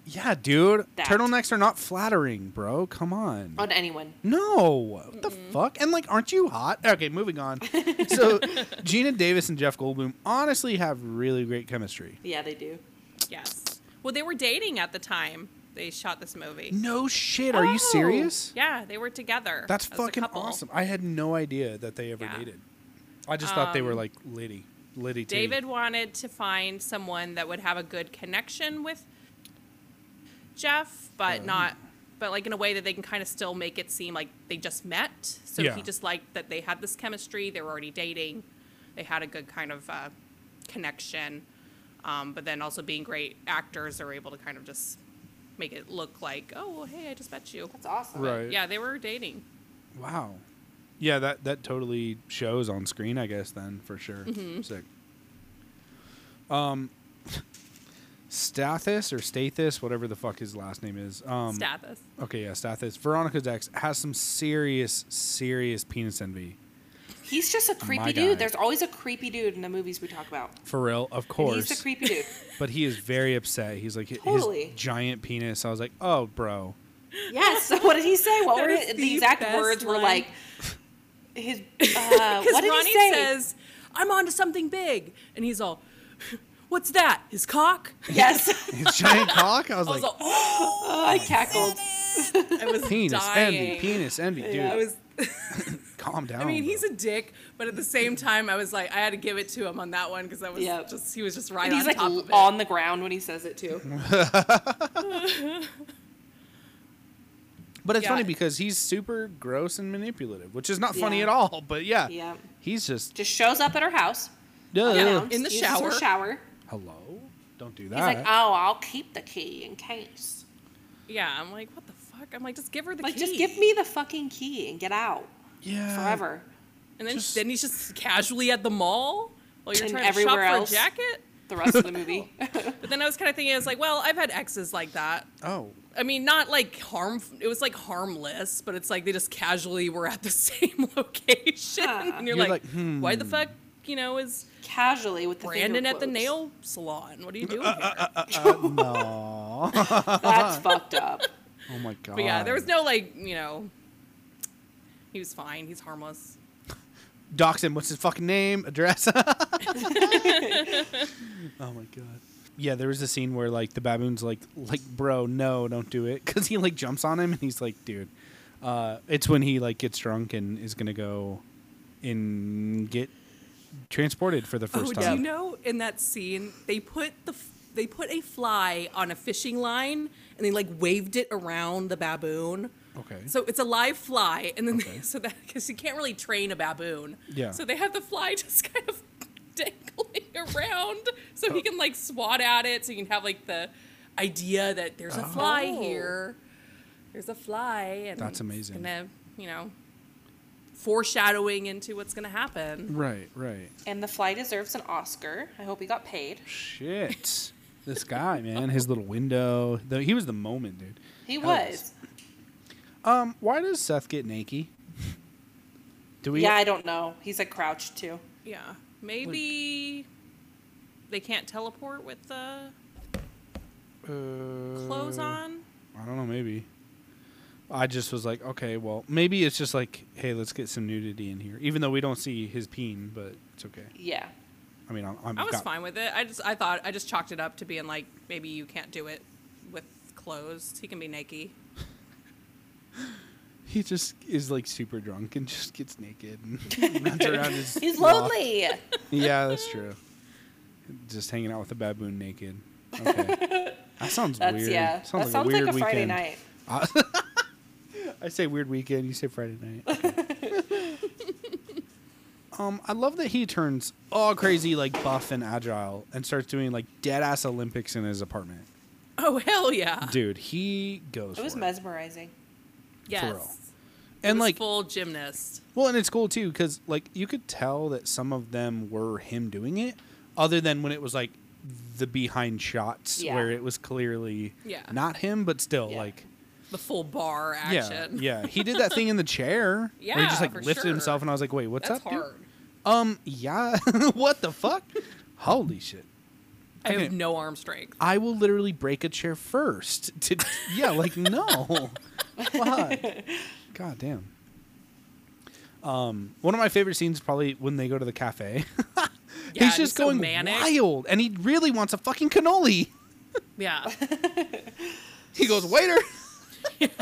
yeah dude
That.
turtlenecks are not flattering bro come on
on anyone.
No, what the
Mm.
fuck? And like, aren't you hot? Okay, moving on. so, Gina Davis and Jeff Goldblum honestly have really great chemistry.
Yeah, they do.
Yes. Well, they were dating at the time they shot this movie. Oh,
No shit, are you serious?
Yeah, they were together.
That's
as a
fucking
couple.
awesome. I had no idea that they ever
Yeah. Um,
dated. I just thought they were like Liddy, Liddy. titty.
David wanted to find someone that would have a good connection with Jeff, but not, but like in a way that they can kind of still make it seem like they just met. So
Yeah.
he just liked that they had this chemistry. They were already dating. They had a good kind of uh, connection. Um, but then also being great actors, they were able to kind of just make it look like, oh, well, hey, I just met you.
That's awesome.
Right.
Yeah, they were dating.
Wow. Yeah, that that totally shows on screen, I guess. Then for sure.
Mm-hmm.
Sick. Um, Stathis or Stathis, whatever the fuck his last name is. Um,
Stathis.
Okay, yeah, Stathis. Veronica's ex has some serious, serious penis envy.
He's just a
Oh, My
creepy
guy.
dude. There's always a creepy dude in the movies we talk about.
For real, of
And
course.
he's the creepy dude.
but he is very upset. He's like his
Totally.
giant penis. I was like, oh, bro.
Yes. So what did he say? What
That
were
is
the,
the
exact
best
words? Were
line.
like his. Uh,
Because
what did
Ronnie
he say?
says, I'm on to something big. And he's all, what's that? His cock?
yes.
His giant cock. I was
I
like,
was all, oh,
Oh, I cackled.
I was
penis
dying.
envy, penis Oh, envy, dude.
I was.
calm down.
I mean,
bro.
he's a dick, but at the same time, I was like, I had to give it to him on that one because I was
Yep.
just—he was just right
And he's
on
like
top of it.
on the ground when he says it too.
But it's
Yeah.
funny because he's super gross and manipulative, which is not funny
Yeah.
at all. But yeah,
Yeah.
he's just
Just shows up at her house.
Ugh.
In the
uses her
shower.
shower.
hello. Don't do
He's
that.
like, oh, I'll keep the key in case.
yeah, I'm like, what the fuck? I'm like, just give her the
Like,
key.
just give me the fucking key and get out
uh,
yeah,
forever.
And then,
just-
then he's just casually at the mall while you're
And
trying to shop for
everywhere
a
else.
jacket.
the rest of the movie.
But then I was kind of thinking, I was like, well, I've had exes like that.
Oh,
I mean, not like harm. It was like harmless, but it's like they just casually were at the same location, and you're,
You're
like,
like, hmm.
why the fuck, you know, is
Casually with the finger
Brandon at the
quotes.
nail salon?
Uh,
What are you doing here?
no.
That's fucked up.
oh my god.
But yeah, there was no
uh.
like, you know, he was fine. He's harmless.
dox him. What's his fucking name? Address. oh my god. Yeah, there was a scene where like the baboon's like, like, bro, no, don't do it, because he like jumps on him and he's like, dude. Uh, it's when he like gets drunk and is gonna go, and get transported for the first
oh,
time.
do you know in that scene they put the f- they put a fly on a fishing line and they like waved it around the baboon.
Okay.
So it's a live fly, and then
Okay.
they, so that because you can't really train a baboon.
Yeah.
So they have the fly just kind of dangling around, so
Oh.
he can like swat at it, so you can have like the idea that there's a fly
Oh.
here, there's a fly, and
That's
it's
amazing.
Gonna, you know, foreshadowing into what's gonna happen.
Right, right.
And the fly deserves an Oscar. I hope he got paid.
Shit. this guy, man, his little window. The, he was the moment, dude.
He
That
was.
Um, why does Seth get naked? Do we?
Yeah, I don't know. He's like crouched too.
Yeah. Maybe they can't teleport with the
Uh,
clothes on.
I don't know. Maybe. I just was like, okay, well, maybe it's just like, hey, let's get some nudity in here, even though we don't see his peen, but it's okay.
Yeah.
I mean, I'm. I'm
I was
got-
fine with it. I just I thought I just chalked it up to being like maybe you can't do it with clothes. He can be naked.
He just is like super drunk and just gets naked and runs around. His
He's
loft.
lonely.
Yeah, that's true. Just hanging out with a baboon naked. Okay. That sounds
That's
weird.
yeah.
Sounds
that sounds
like a weird
like a Friday
weekend.
night.
I say weird weekend. You say Friday night. Okay. um, I love that he turns all crazy, like buff and agile, and starts doing like dead ass Olympics in his apartment.
Oh hell yeah.
Dude, he goes.
It was
for
mesmerizing.
yes.
real.
He
And
was
like,
full gymnast.
well, and it's cool too because like you could tell that some of them were him doing it, other than when it was like the behind shots
Yeah.
where it was clearly
Yeah.
not him, but still
Yeah.
like
The full bar action.
Yeah, yeah. He did that thing in the chair where he
Yeah,
just like
for
lifted
sure.
himself, and I was like, "Wait, what's
That's
up, dude?"
hard.
Um, yeah. what the fuck? Holy shit!
I
Okay.
have no arm strength.
I will literally break a chair first. To yeah, like no. Fuck. God damn. Um, one of my favorite scenes is probably when they go to the cafe.
Yeah,
he's just
so
going
manic.
wild, and he really wants a fucking cannoli.
Yeah.
He goes, waiter.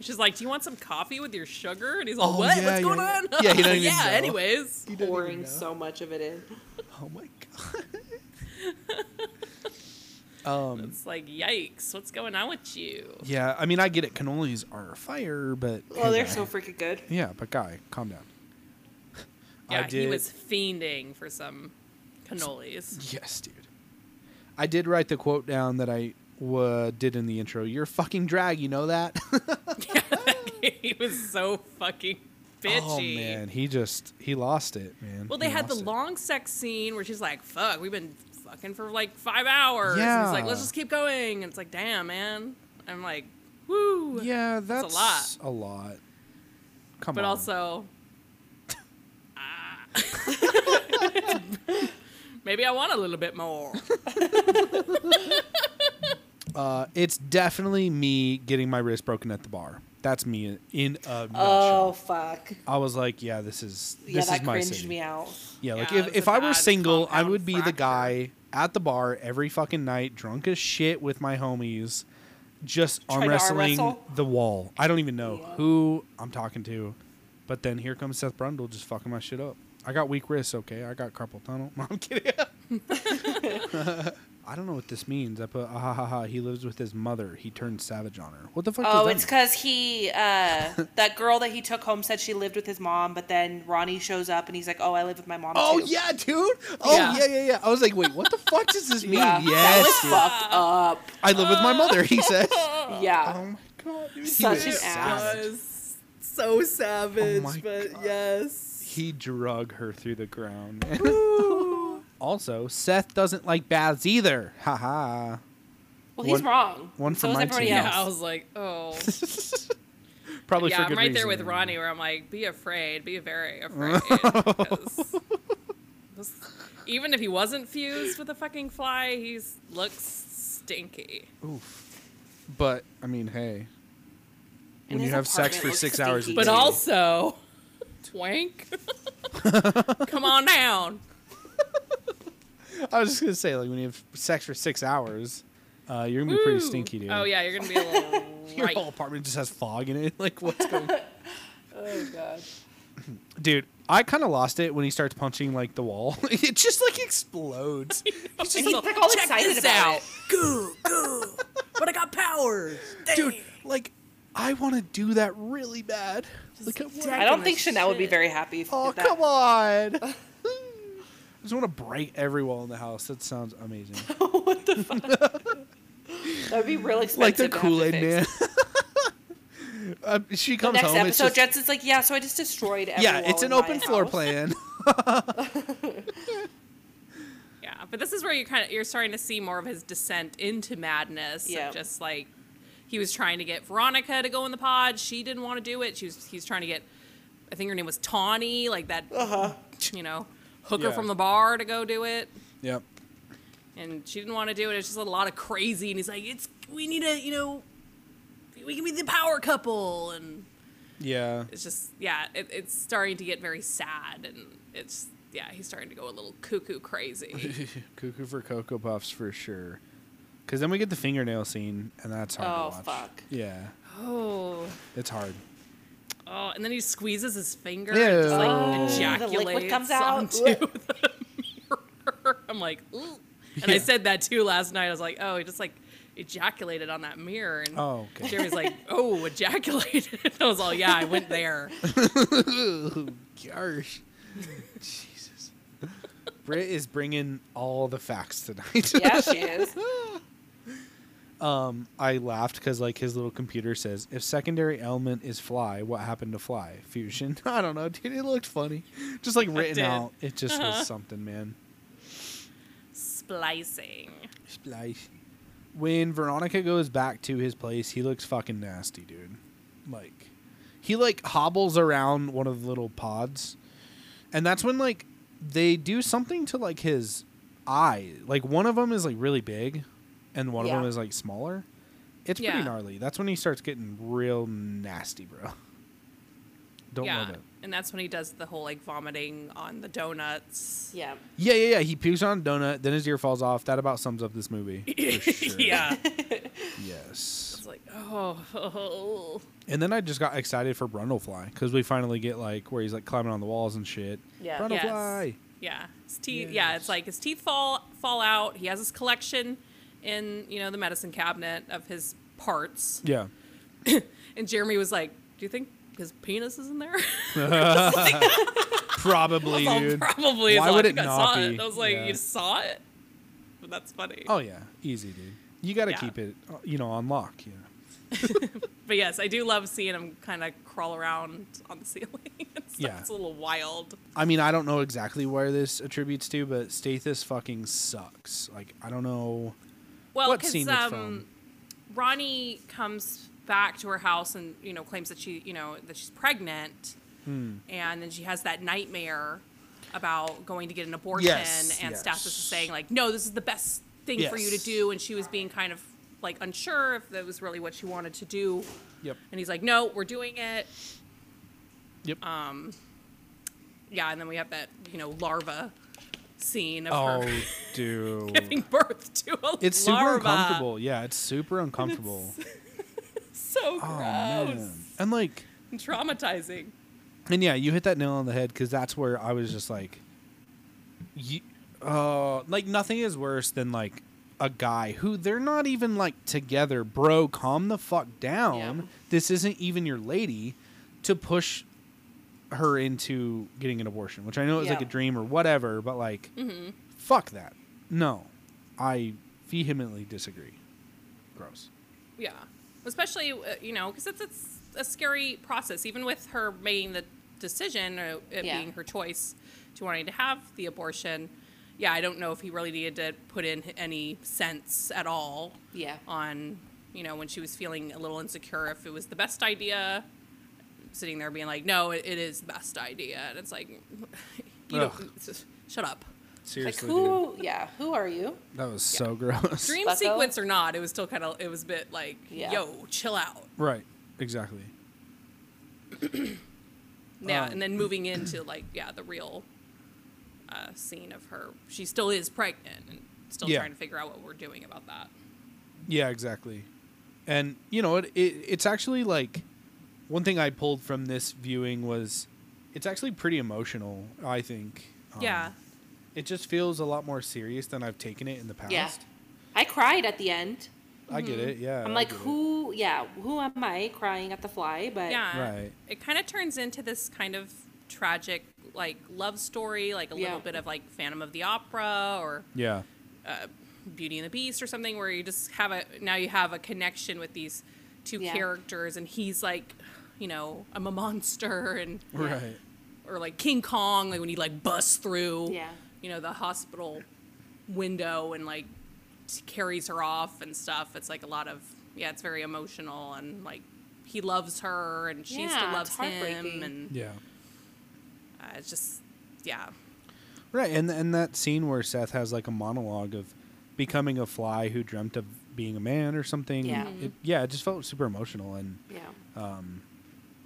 She's like, "Do you want some coffee with your sugar?" And he's like, "What?
Oh, yeah,
What's going
yeah,
on?"
yeah. Yeah, he don't even
yeah.
know.
Anyways,
Pouring so much of it in.
Oh my god. um.
it's like, "Yikes! What's going on with you?"
Yeah, I mean, I get it. Cannolis are fire, but
Oh, they're
guy.
so freaking good.
yeah, but guy, calm down.
Yeah,
I did.
he was fiending for some cannolis.
Yes, dude. I did write the quote down that I wa- did in the intro. You're a fucking drag, you know that?
he was so fucking bitchy.
Oh man, he just he lost it, man.
Well, they
He
had the
lost it.
long sex scene where she's like, "Fuck, we've been fucking for like five hours." And
Yeah.
he's like, "Let's just keep going." And it's like, "Damn, man." I'm like, "Woo."
Yeah,
That's
that's
a lot.
A lot. Come
But
on.
also, ah. maybe I want a little bit more.
uh, it's definitely me getting my wrist broken at the bar. That's me in a
Oh
nutshell.
fuck.
I was like, yeah, this is this
Yeah,
is
that
my
cringed
city.
me out.
Yeah, like
Yeah,
if,
it's
if
a
I were
bad
single, I
compound
would be the
fracture.
guy at the bar every fucking night, drunk as shit with my homies, just
Trying to
arm
arm
wrestling
wrestle?
the wall. I don't even know
Yeah.
who I'm talking to. But then here comes Seth Brundle just fucking my shit up. I got weak wrists, okay? I got carpal tunnel. No, I'm kidding. I don't know what this means. I put, ah, ha, ha, ha, he lives with his mother. He turned savage on her. What the fuck
Oh,
does that
it's
mean?
because he, uh, that girl that he took home said she lived with his mom, but then Ronnie shows up and he's like, "Oh, I live with my mom."
Oh,
too."
yeah, dude. Oh, yeah.
Yeah.
yeah, yeah, I was like, wait, what the fuck does this mean?
Yeah,
Yes. dude.
Fucked up. Oh
I live with my mother, he says.
Yeah.
my god, dude.
Such
he
an
was
ass.
savage.
so savage,
Oh my
but
God.
yes.
He drug her through the ground. man. also, Seth doesn't like baths either. Haha.
Well, he's
One-
wrong.
one
so
for
is
my
everybody
team.
Yeah,
else.
I was like, oh.
Probably
yeah,
for good
I'm right there
reason.
with Ronnie, where I'm like, be afraid, be very afraid. 'cause this- even if he wasn't fused with a fucking fly, he looks stinky.
But I mean, hey,
And
when you
his
have sex
apartment
for
looks
six hours, a
stinky.
But
day-
also, twank. Come on down.
I was just gonna say, like, when you have sex for six hours, uh, you're gonna be pretty
Woo.
stinky, dude.
Oh yeah, you're gonna be a little
Your
right.
whole apartment just has fog in it. Like, what's going?
Oh god.
Dude, I kind of lost it when he starts punching like the wall. it just like explodes.
He's
And he's like all
Check
excited
this
about
out.
it.
Goo goo. But I got powers.
dude like i want to do that really bad like I wanna-
I don't think Chanel would be very happy. If
oh
if that.
come on i just want to break every wall in the house that sounds amazing
what the fuck? that would be real expensive.
like the
to have to
kool-aid
fix.
man Uh, she
The
comes
next
home it's
episode,
just,
Jensen's like, "Yeah, so I just destroyed every
yeah
wall
it's
in
an
my
open floor
house."
plan
Yeah, but this is where you kind of you're starting to see more of his descent into madness.
Yeah.
Yeah, just like he was trying to get Veronica to go in the pod, she didn't want to do it. She was he's trying to get, I think her name was Tawny, like that, you know, hooker
Yeah.
from the bar to go do it,
yep
and she didn't want to do it. It's just a lot of crazy, and he's like, it's we need to, you know, we can be the power couple, and
yeah
it's just yeah, it, it's starting to get very sad, and it's yeah, he's starting to go a little cuckoo crazy.
cuckoo for cocoa puffs for sure because then we get the fingernail scene and that's hard
Oh
to watch
fuck.
yeah
oh.
it's hard
Oh, and then he squeezes his finger and just like
Ew.
Oh. The
ejaculates
liquid comes out.
onto the mirror. I'm like, ooh. And I
Yeah.
said that too last night. I was like, oh, he just like ejaculated on that mirror. And
Oh, okay.
Jerry's like, oh, ejaculated. I was all, yeah, I went there.
Gosh. Jesus. Britt is bringing all the facts tonight.
Yeah, she is.
um, I laughed because like his little computer says, if secondary element is fly, what happened to fly? Fusion. I don't know, dude. It looked funny, just like written
did.
out. It just was something, man.
Splicing.
Splice. When Veronica goes back to his place, he looks fucking nasty, dude. Like, he like hobbles around one of the little pods, and that's when like they do something to like his eye. Like one of them is like really big, and one of
Yeah.
them is like smaller. It's
Yeah.
pretty gnarly. That's when he starts getting real nasty, bro. Don't
yeah.
love it.
And that's when he does the whole like vomiting on the donuts.
Yeah.
Yeah, yeah, yeah. He pukes on a donut, then his ear falls off. That about sums up this movie. for sure.
yeah.
Yes.
It's like, oh.
And then I just got excited for Brundlefly because we finally get like where he's like climbing on the walls and shit.
Yeah.
Brundlefly.
Yeah, his teeth. Yeah, it's like his teeth fall fall out. He has his collection in you know the medicine cabinet of his parts.
Yeah.
And Jeremy was like, "Do you think his penis is in there?"
Probably, dude.
Probably. is
Why
all I
would it
think I
not
saw
be? Oh.
It. I was like,
Yeah.
"You saw it." But that's funny.
Oh yeah, easy, dude. You got to
Yeah.
keep it, uh, you know, on lock. Yeah.
But yes, I do love seeing him kind of crawl around on the ceiling. It's,
Yeah.
it's a little wild.
I mean, I don't know exactly where this attributes to, but Stathis fucking sucks. Like, I don't know.
Well,
What
because
scene it's from?
Oh, um, Ronnie comes back to her house and you know claims that she you know that she's pregnant,
Hmm.
and then she has that nightmare about going to get an abortion,
Yes,
and
yes.
Stathis is saying like, no, this is the best thing for you to
Yes.
do, and she was being kind of like unsure if that was really what she wanted to do,
Yep.
and he's like, no, we're doing it.
Yep.
uh, Yeah, and then we have that you know larva scene of
oh,
her
dude.
giving birth to a
Oh. It's super
larva.
uncomfortable. Yeah, it's super uncomfortable.
So gross.
oh, man. And, like,
and traumatizing.
and yeah, you hit that nail on the head because that's where I was just like, you, uh, like, nothing is worse than, like, a guy who they're not even, like, together. Bro, calm the fuck down.
Yep.
This isn't even your lady to push her into getting an abortion, which I know is like
Yeah.
a
Mm-hmm.
dream or whatever, but like, fuck that. No, I vehemently disagree. Gross.
Yeah, especially uh, you know because it's, it's a scary process. Even with her making the decision, or it
Yeah.
being her choice to wanting to have the abortion. Yeah, I don't know if he really needed to put in any sense at all
Yeah.
on you know when she was feeling a little insecure if it was the best idea. Sitting there being like, no, it, it is the best idea, and it's like, you know,
Ugh.
shut up.
Like
Seriously, dude.
who? Yeah, who are you?
That was so gross.
Dream
Bucko?
sequence or not, it was still kind of, it was a bit like,
Yeah.
yo, chill out.
Right. Exactly.
Yeah,
Um,
and then moving into like yeah the real uh, scene of her. She still is pregnant and still
Yeah.
trying to figure out what we're doing about that.
Yeah, exactly. And you know, it, it it's actually like one thing I pulled from this viewing was it's actually pretty emotional, I think. Um,
yeah,
It just feels a lot more serious than I've taken it in the past.
Yeah. I cried at the end.
I get it. Yeah.
I'm
I
like,
get it.
who? Yeah, who am I crying at the fly? But
yeah.
Right.
It kind of turns into this kind of tragic like love story, like a
Yeah.
little bit of like Phantom of the Opera or
Yeah.
Beauty and the Beast or something, where you just have a now you have a connection with these two
Yeah.
characters, and he's like, you know, I'm a monster, and
Right.
or like King Kong, like when he like busts through,
Yeah.
you know, the hospital window and like t- carries her off and stuff. It's like a lot of yeah, it's very emotional and like he loves her and she still
Yeah,
loves
it's
him
heartbreaking.
and
Yeah.
uh, it's just yeah,
Right, and and that scene where Seth has like a monologue of becoming a fly who dreamt of being a man or something.
Yeah.
it, yeah, it just felt super emotional, and
yeah,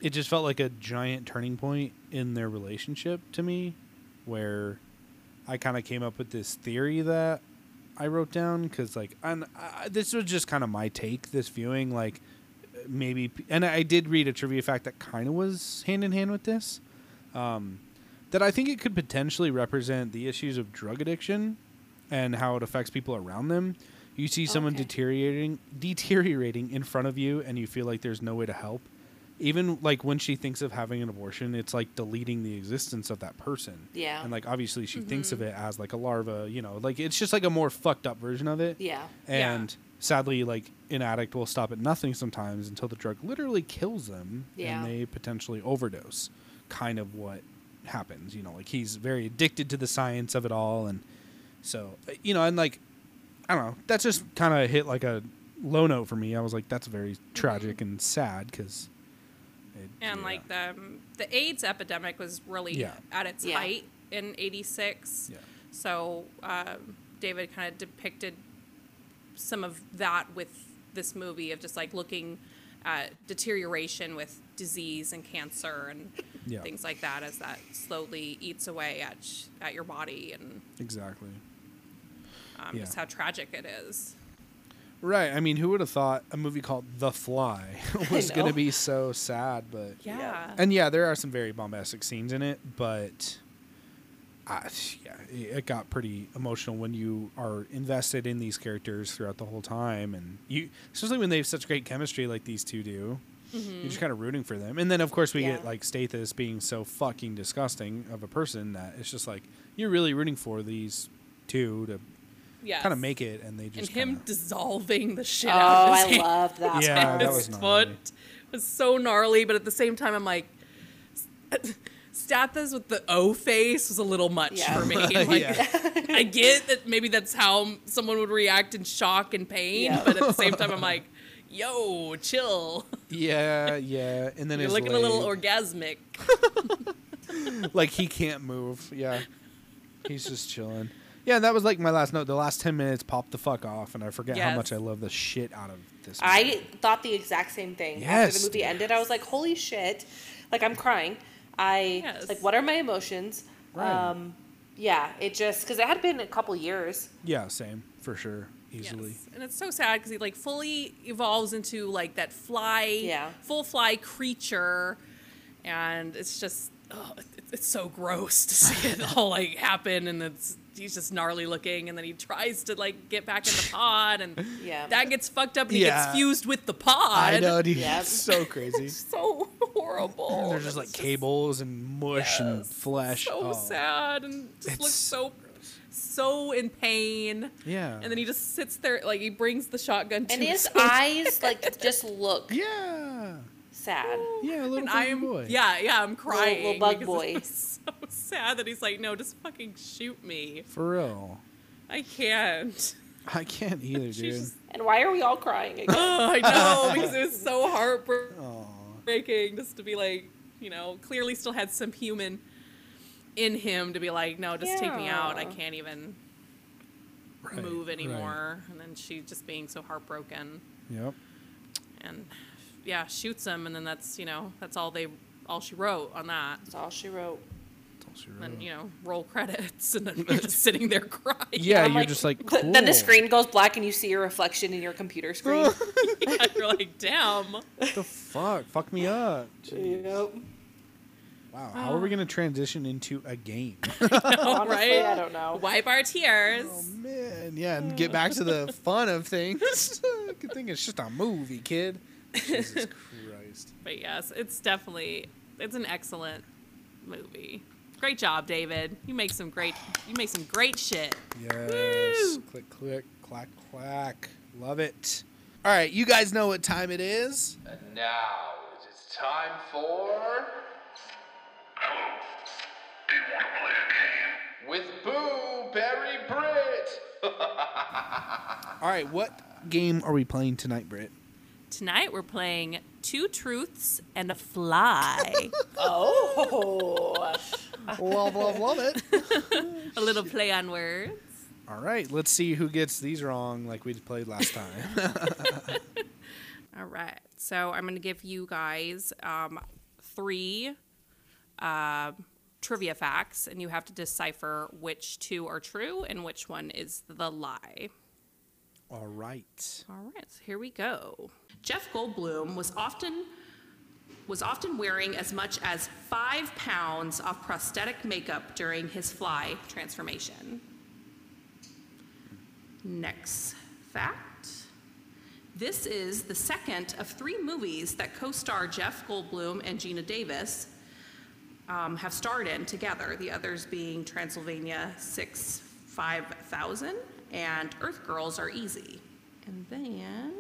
it just felt like a giant turning point in their relationship to me, where I kind of came up with this theory that I wrote down because like and I, this was just kind of my take this viewing like maybe and I did read a trivia fact that kind of was hand in hand with this. um, that I think it could potentially represent the issues of drug addiction and how it affects people around them. You see someone
Okay.
deteriorating deteriorating in front of you and you feel like there's no way to help. Even like when she thinks of having an abortion, it's like deleting the existence of that person.
Yeah.
And like obviously she thinks of it as like a larva, you know, like it's just like a more fucked up version of it.
yeah,
Yeah.
And sadly, like an addict will stop at nothing sometimes until the drug literally kills them
Yeah.
and they potentially overdose. Kind of what happens, you know, like he's very addicted to the science of it all. And so, uh, you know, and like, I don't know, that just kind of hit like a low note for me. I was like, that's very tragic and sad because.
Mm-hmm. and like the the AIDS epidemic was really
Yeah.
at its
Yeah.
height in '86.
Yeah.
So um, David kind of depicted some of that with this movie of just like looking at deterioration with disease and cancer and
Yeah.
things like that as that slowly eats away at sh- at your body and
Exactly.
um,
Yeah.
just how tragic it is.
Right. I mean, who would have thought a movie called The Fly was going to
know.
be so sad, but.
Yeah.
And yeah, there are some very bombastic scenes in it, but uh, yeah, it it got pretty emotional when you are invested in these characters throughout the whole time, and you especially when they have such great chemistry like these two do. You're
Mm-hmm.
just kind of rooting for them, and then of course we get
Yeah.
like Stathis being so fucking disgusting of a person that it's just like you're really rooting for these two to
Yes.
kind of make it, and they
and
just
him
kinda-
dissolving the shit
Oh,
out of his
I
hand.
love that.
Yeah,
and
that
his
was
foot
gnarly.
was so gnarly, but at the same time, I'm like, Stathis with the O face was a little much
Yeah.
for me. Like, I get that maybe that's how someone would react in shock and pain,
Yeah.
but at the same time, I'm like, yo, chill.
yeah, yeah, and then
You're
his
looking a little
leg-
orgasmic.
like he can't move. Yeah, he's just chilling. Yeah, that was like my last note. The last ten minutes popped the fuck off, and I forget how
Yes.
much I love the shit out of this. movie.
I thought the exact same thing. After
Yes,
the movie
dude.
ended, I was like, holy shit. Like, I'm crying. I,
Yes.
like, what are my emotions?
Right.
Um, yeah, it just, because it had been a couple years.
yeah, same for sure, easily.
Yes. And it's so sad because he like fully evolves into like that fly,
Yeah.
full fly creature, and it's just oh, it, it's so gross to see it all like happen, and it's he's just gnarly looking, and then he tries to like get back in the pod, and
Yeah.
that gets fucked up, and he
Yeah.
gets fused with the pod.
I know, dude.
Yep.
It's so crazy.
So horrible.
There's just like cables and mush and flesh.
So
Oh.
sad and just
It's
looks
so
so so in pain.
Yeah.
And then he just sits there like he brings the shotgun to
And his
his
eyes, like, just look
Yeah.
sad.
Yeah, a little
And
baby
I'm,
boy.
Yeah, yeah, I'm crying.
little bug
because
boy.
it's So sad that he's like, no, just fucking shoot me.
For real.
I can't.
I can't either,
She's
dude.
just,
And why are we all crying again?
oh, I know because it was so heartbreaking just to be like, you know, clearly still had some human in him to be like, no, just take me out. I
Yeah.
can't even
Right,
move
right.
anymore. And then she just being so heartbroken
Yep.
and yeah, shoots him. And then that's you know that's all they all she wrote on that.
That's all she wrote. Mm.
And you know, roll credits, and then you're just sitting there crying.
Yeah,
I'm
you're just like
Th- Then the
cool.
screen goes black and you see your reflection in your computer screen.
you're like, damn.
What the fuck? Fuck me up.
yep.
Wow. How are we gonna transition into a game?
Honestly,
right?
I don't Um. know.
Wipe our tears.
Oh, Man, yeah, and get back to the fun of things. Good thing it's just a movie, kid. Jesus Christ.
But yes, it's definitely it's an excellent movie. Great job, David. You make some great you make some great shit.
Yes. Click, click, clack, clack. Love it. All right, you guys know what time it is.
And now it is time for.
Hello. Do you want to play a game?
With Boo Barry Britt!
All right, what game are we playing tonight, Britt?
Tonight we're playing Two Truths and a Fly.
Oh.
Love, love, love it.
a little play on words.
All right, let's see who gets these wrong like we played last time.
All right. So I'm going to give you guys um, three uh, trivia facts, and you have to decipher which two are true and which one is the lie.
All right.
All right, so here we go. Jeff Goldblum was often was often wearing as much as five pounds of prosthetic makeup during his fly transformation. Next fact. This is the second of three movies that co-star Jeff Goldblum and Gina Davis um, have starred in together. The others being Transylvania 6 5000 and Earth Girls Are Easy. And then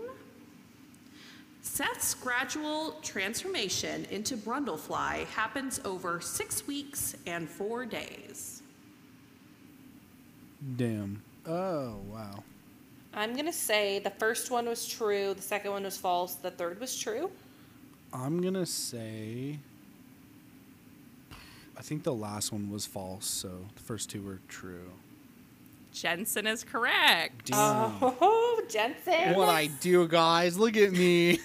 Seth's gradual transformation into Brundlefly happens over six weeks and four days.
Damn. Oh, wow.
I'm going to say the first one was true, the second one was false, the third was true.
I'm gonna say. I think the last one was false, so the first two were true.
Jensen is correct.
Damn.
Oh, Jensen.
what I do, guys? Look at me.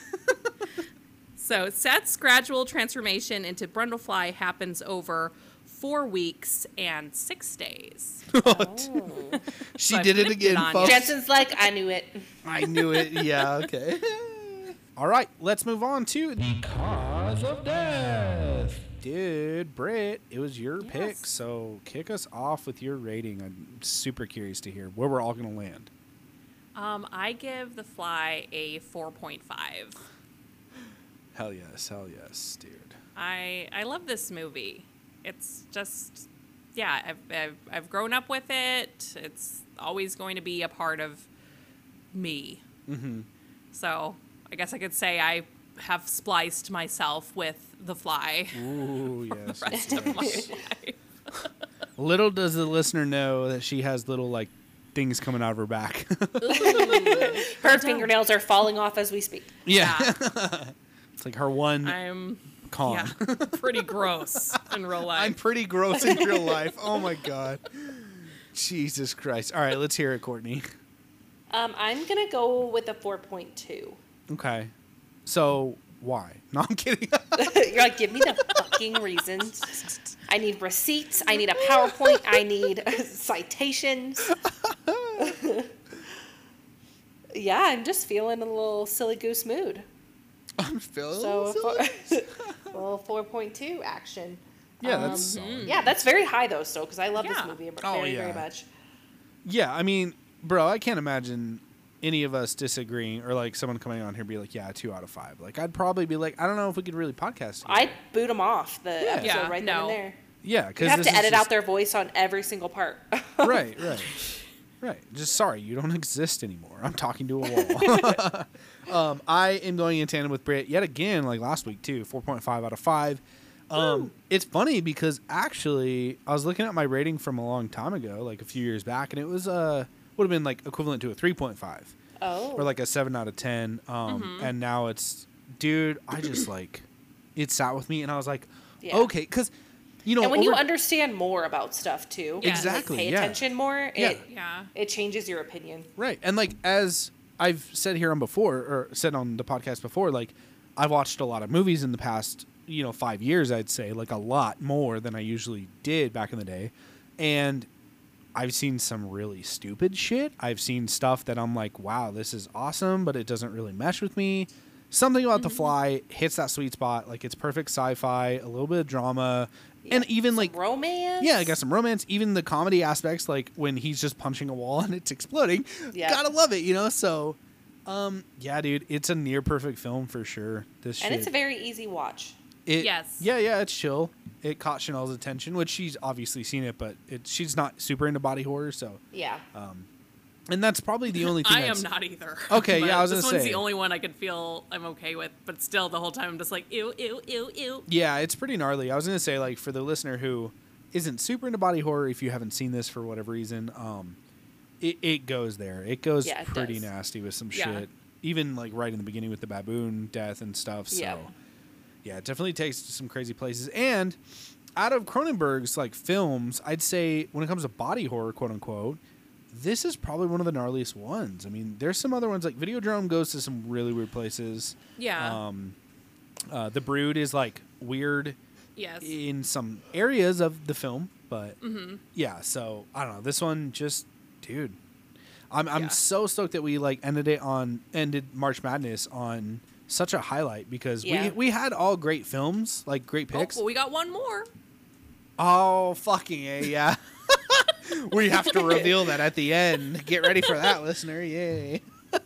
So Seth's gradual transformation into Brundlefly happens over four weeks and six days.
she
I
did it
flipped it
again,
on you.
folks.
Jensen's like, I knew it.
I knew it. Yeah. Okay. All right. Let's move on to the cause of death. Dude, Britt, it was your pick,
Yes.
so kick us off with your rating. I'm super curious to hear where we're all gonna land.
Um, I give the fly a 4.5.
Hell yes. Hell yes, dude.
I I love this movie. It's just yeah, I've, I've I've grown up with it. It's always going to be a part of me. Mm-hmm. So I guess I could say I have spliced myself with the fly.
Ooh, yes. yes, yes.
My life.
little does the listener know that she has little like things coming out of her back.
Her fingernails are falling off as we speak.
yeah. it's like her one
I'm
con.
yeah, pretty gross in real life.
I'm pretty gross in real life. Oh my god. Jesus Christ. All right, let's hear it, Courtney.
Um, I'm gonna go with a 4.2.
Okay. So why? No, I'm kidding.
You're like, give me the fucking reasons. I need receipts. I need a PowerPoint. I need citations. yeah, I'm just feeling a little silly goose mood.
I'm feeling
So, a
silly.
four- well, 4.2 action.
Yeah, that's
Yeah, that's very high though, still, because I love this
Mm-hmm. Yeah.
movie very,
Oh, yeah.
very much.
Yeah, I mean, bro, I can't imagine any of us disagreeing or like someone coming on here be like, yeah, two out of five. Like, I'd probably be like, I don't know if we could really podcast. together.
I'd boot them off the episode
Yeah,
right
no.
then and there.
yeah,
You
because
have to edit out their voice on every single part.
right, right, right. Just sorry, you don't exist anymore. I'm talking to a wall. um, I am going in tandem with Britt yet again, like last week too. Four point five out of five. Um, it's funny because actually, I was looking at my rating from a long time ago, like a few years back, and it was uh would have been like equivalent to a three point five.
oh. Mm-hmm.
or like a seven out of ten. Um, and now it's, dude, I just like, it sat with me, and I was like,
Yeah.
okay, because, you know,
and when you
over-
understand more about stuff too,
Yeah.
and, like,
Exactly,
pay
yeah.
attention more.
Yeah.
It
yeah.
it changes your opinion.
right, and like as I've said here on before, or said on the podcast before, like I've watched a lot of movies in the past, you know, five years, I'd say, like a lot more than I usually did back in the day, and. I've seen some really stupid shit. I've seen stuff that I'm like, wow, this is awesome, but it doesn't really mesh with me. Something about The Fly hits that sweet spot. Like it's perfect sci-fi, a little bit of drama, and even like
Romance.
yeah, I got some romance. Even the comedy aspects, like when he's just punching a wall and it's exploding.
Yeah.
Gotta love it, you know? So, um, yeah, dude, it's a near perfect film for sure. This
And
shit.
it's a very easy watch.
It-
Yes.
Yeah, yeah, it's chill. It caught Chanel's attention, which she's obviously seen it, but it, she's not super into body horror, so.
Yeah.
Uh, And that's probably the only thing
I am
that's-
not either.
Okay, yeah,
But
I was
this
gonna
one's
say.
the only one I could feel I'm okay with, but still the whole time I'm just like ew ew ew ew.
Yeah, it's pretty gnarly. I was gonna say, like, for the listener who isn't super into body horror, if you haven't seen this for whatever reason, um, it, it goes there. It goes
Yeah, it
pretty
does.
nasty with some
Yeah.
shit. Even like right in the beginning with the baboon death and stuff. So
Yeah.
yeah, it definitely takes to some crazy places. And out of Cronenberg's like films, I'd say when it comes to body horror, quote unquote, this is probably one of the gnarliest ones. I mean, there's some other ones like Videodrome goes to some really weird places.
Yeah.
Um, uh, the Brood is like weird
yes.
in some areas of the film, but
Mm-hmm.
yeah. So I don't know. This one just, dude, I'm I'm
Yeah.
so stoked that we like ended it on ended March Madness on such a highlight because
Yeah.
we we had all great films like great
Oh,
picks.
well, we got one more.
Oh, fucking A, yeah. we have to reveal that at the end. Get ready for that, listener. Yay.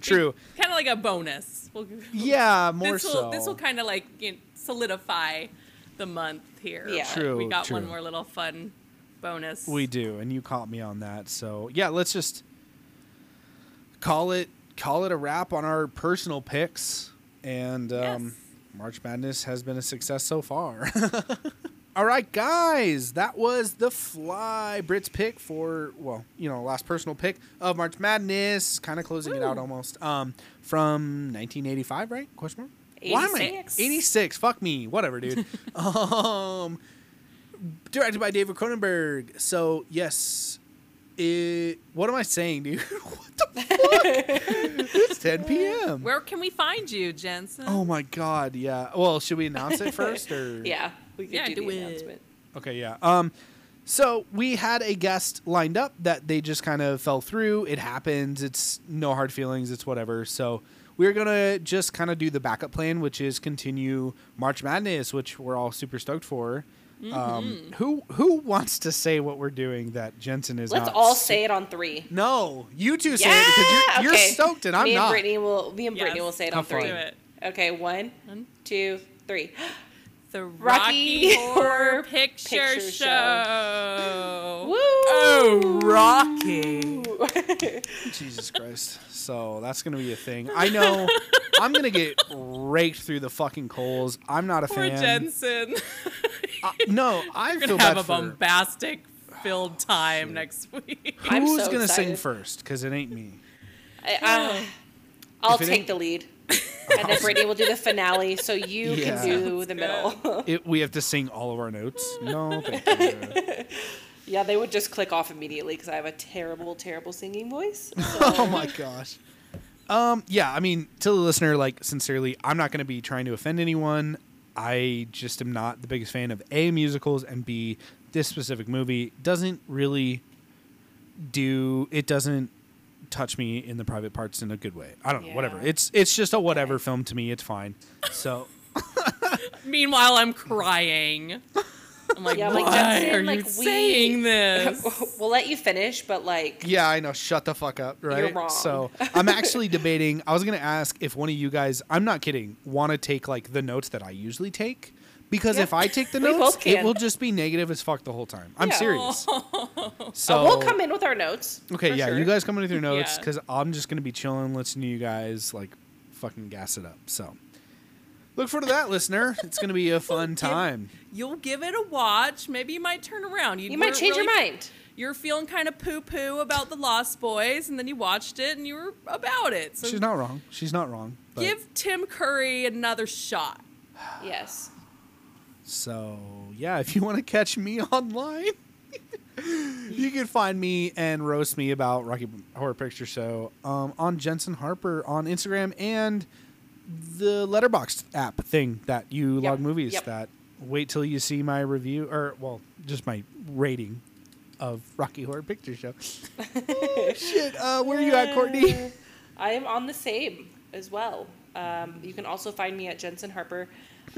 True.
Kind of like a bonus. We'll,
Yeah, more
this will,
so.
This will kind of like you know, solidify the month here.
Yeah.
but
True,
We got
true.
one more little fun bonus.
we do, and you caught me on that. So yeah, let's just call it call it a wrap on our personal picks. And um,
Yes.
March Madness has been a success so far. All right, guys, that was the fly Brits pick for well, you know, last personal pick of March Madness, kind of closing it out almost. Um, from 1985, right? Question mark. Why am I
86.
86? Fuck me, whatever, dude. um, directed by David Cronenberg. So yes, it. What am I saying, dude? what the fuck? it's 10 p.m.
Where can we find you, Jensen?
Oh my god, yeah. Well, should we announce it first or
yeah. We could
Yeah,
do,
do
the
it.
announcement.
Okay, yeah. Um, so we had a guest lined up that they just kind of fell through. It happens. It's no hard feelings. It's whatever. So we're gonna just kind of do the backup plan, which is continue March Madness, which we're all super stoked for.
Mm-hmm.
Um, who who wants to say what we're doing that Jensen is?
Let's
not
all
su-
say it on three.
No, you two say
yeah.
it because you're,
okay.
you're stoked and I'm
me
not.
And Brittany will. Me and Brittany
Yes.
will say it
How
on
fun.
three.
Do it.
Okay. One, two, three.
the
Rocky
Rocky, Horror Picture,
Picture Show.
Show.
Woo!
Oh, Rocky.
Jesus Christ. So that's gonna be a thing. I know. I'm gonna get raked through the fucking coals. I'm not a
Poor
fan.
Jensen.
Uh, no, I
We're
feel
gonna have
bad
a
for
bombastic filled time next week.
I'm
who's
so
gonna sing
excited.
first because it ain't me.
I, uh, I'll
If it ain't-
take the lead. and then Brittany will do the finale, so you
Yeah.
can do the middle.
It, we have to sing all of our notes. No, thank you.
yeah, they would just click off immediately because I have a terrible, terrible singing voice.
oh my gosh. Um, yeah, I mean, to the listener, like, sincerely, I'm not going to be trying to offend anyone. I just am not the biggest fan of A, musicals, and B, this specific movie doesn't really do, it doesn't touch me in the private parts in a good way. I don't know, whatever.
Yeah.
It's it's just a whatever film to me. It's fine. So,
Meanwhile, I'm crying. I'm like,
Yeah,
why
like, Jensen,
are you
like, we-
saying this?
we'll let you finish, but like,
yeah, I know. Shut the fuck up, right?
wrong.
So, I'm actually debating. I was going to ask if one of you guys, I'm not kidding, want to take, like, the notes that I usually take. Because
Yeah.
if I take the
We both
notes, it
can.
will just be negative as fuck the whole time. I'm
Yeah.
serious. So
uh, we'll come in with our notes.
Okay,
for
yeah,
sure.
you guys come in with your notes
Yeah.
because I'm just gonna be chilling, listening to you guys like fucking gas it up. So look forward to that, listener. It's gonna be a fun time.
You'll give it a watch. Maybe you might turn around.
You might
weren't
change your
really-
mind.
You're feeling kind of poo poo about the Lost Boys, and then you watched it and you were about it. So
She's not wrong. She's not wrong. But,
give Tim Curry another shot.
Yes.
So yeah, if you want to catch me online, you can find me and roast me about Rocky Horror Picture Show um, on Jensen Harper on Instagram and the Letterboxd app thing that you log movies
yep.
that wait till you see my review or well just my rating of Rocky Horror Picture Show. Oh, shit, uh, where are you at, Courtney?
I am on the same as well. Um, you can also find me at Jensen Harper.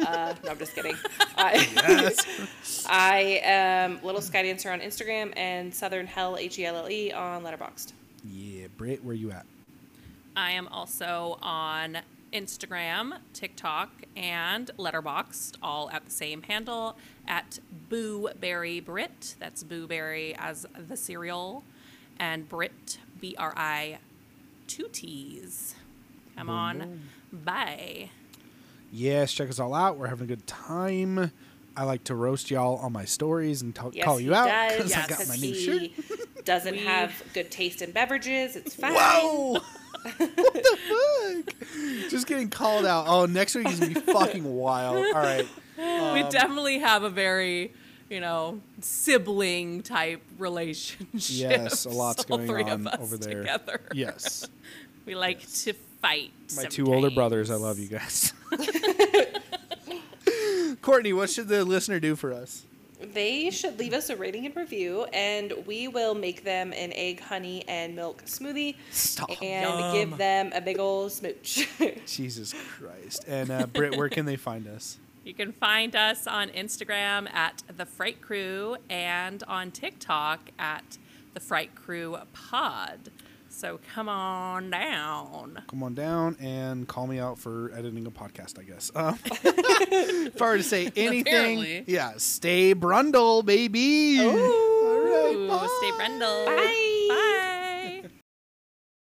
Uh, no, I'm just kidding. I, I am Little Sky Dancer on Instagram and Southern Hell H E L L E on Letterboxd.
Yeah, Britt, where you at?
I am also on Instagram, TikTok, and Letterboxd, all at the same handle at Booberry Brit. That's Booberry as the cereal, and Brit B R I two T's. Come on, bye.
Yes, check us all out. We're having a good time. I like to roast y'all on my stories and talk,
Yes,
call
he
you out
does.
because I
Yes,
got
'cause
my new shirt.
he doesn't have good taste in beverages. It's fine.
Whoa! what the fuck? Just getting called out. Oh, next week is gonna be fucking wild. All right.
we definitely have a very, you know, sibling type relationship.
Yes, a lot's
all
going
three
on
of us
over there.
Together.
Yes.
We like to fight.
My two older
sometimes.
brothers. I love you guys. Courtney, what should the listener do for us?
They should leave us a rating and review, and we will make them an egg, honey, and milk smoothie
Stop.
and give them a big ol' smooch.
Jesus Christ. And uh, Britt, where can they find us?
You can find us on Instagram at The Fright Crew and on TikTok at The Fright Crew Pod. So come on down.
come on down and call me out for editing a podcast, I guess. Um, if I were to say anything,
Apparently.
yeah, stay brundle, baby. All right,
Ooh,
bye.
stay Brendel.
Bye.
Bye.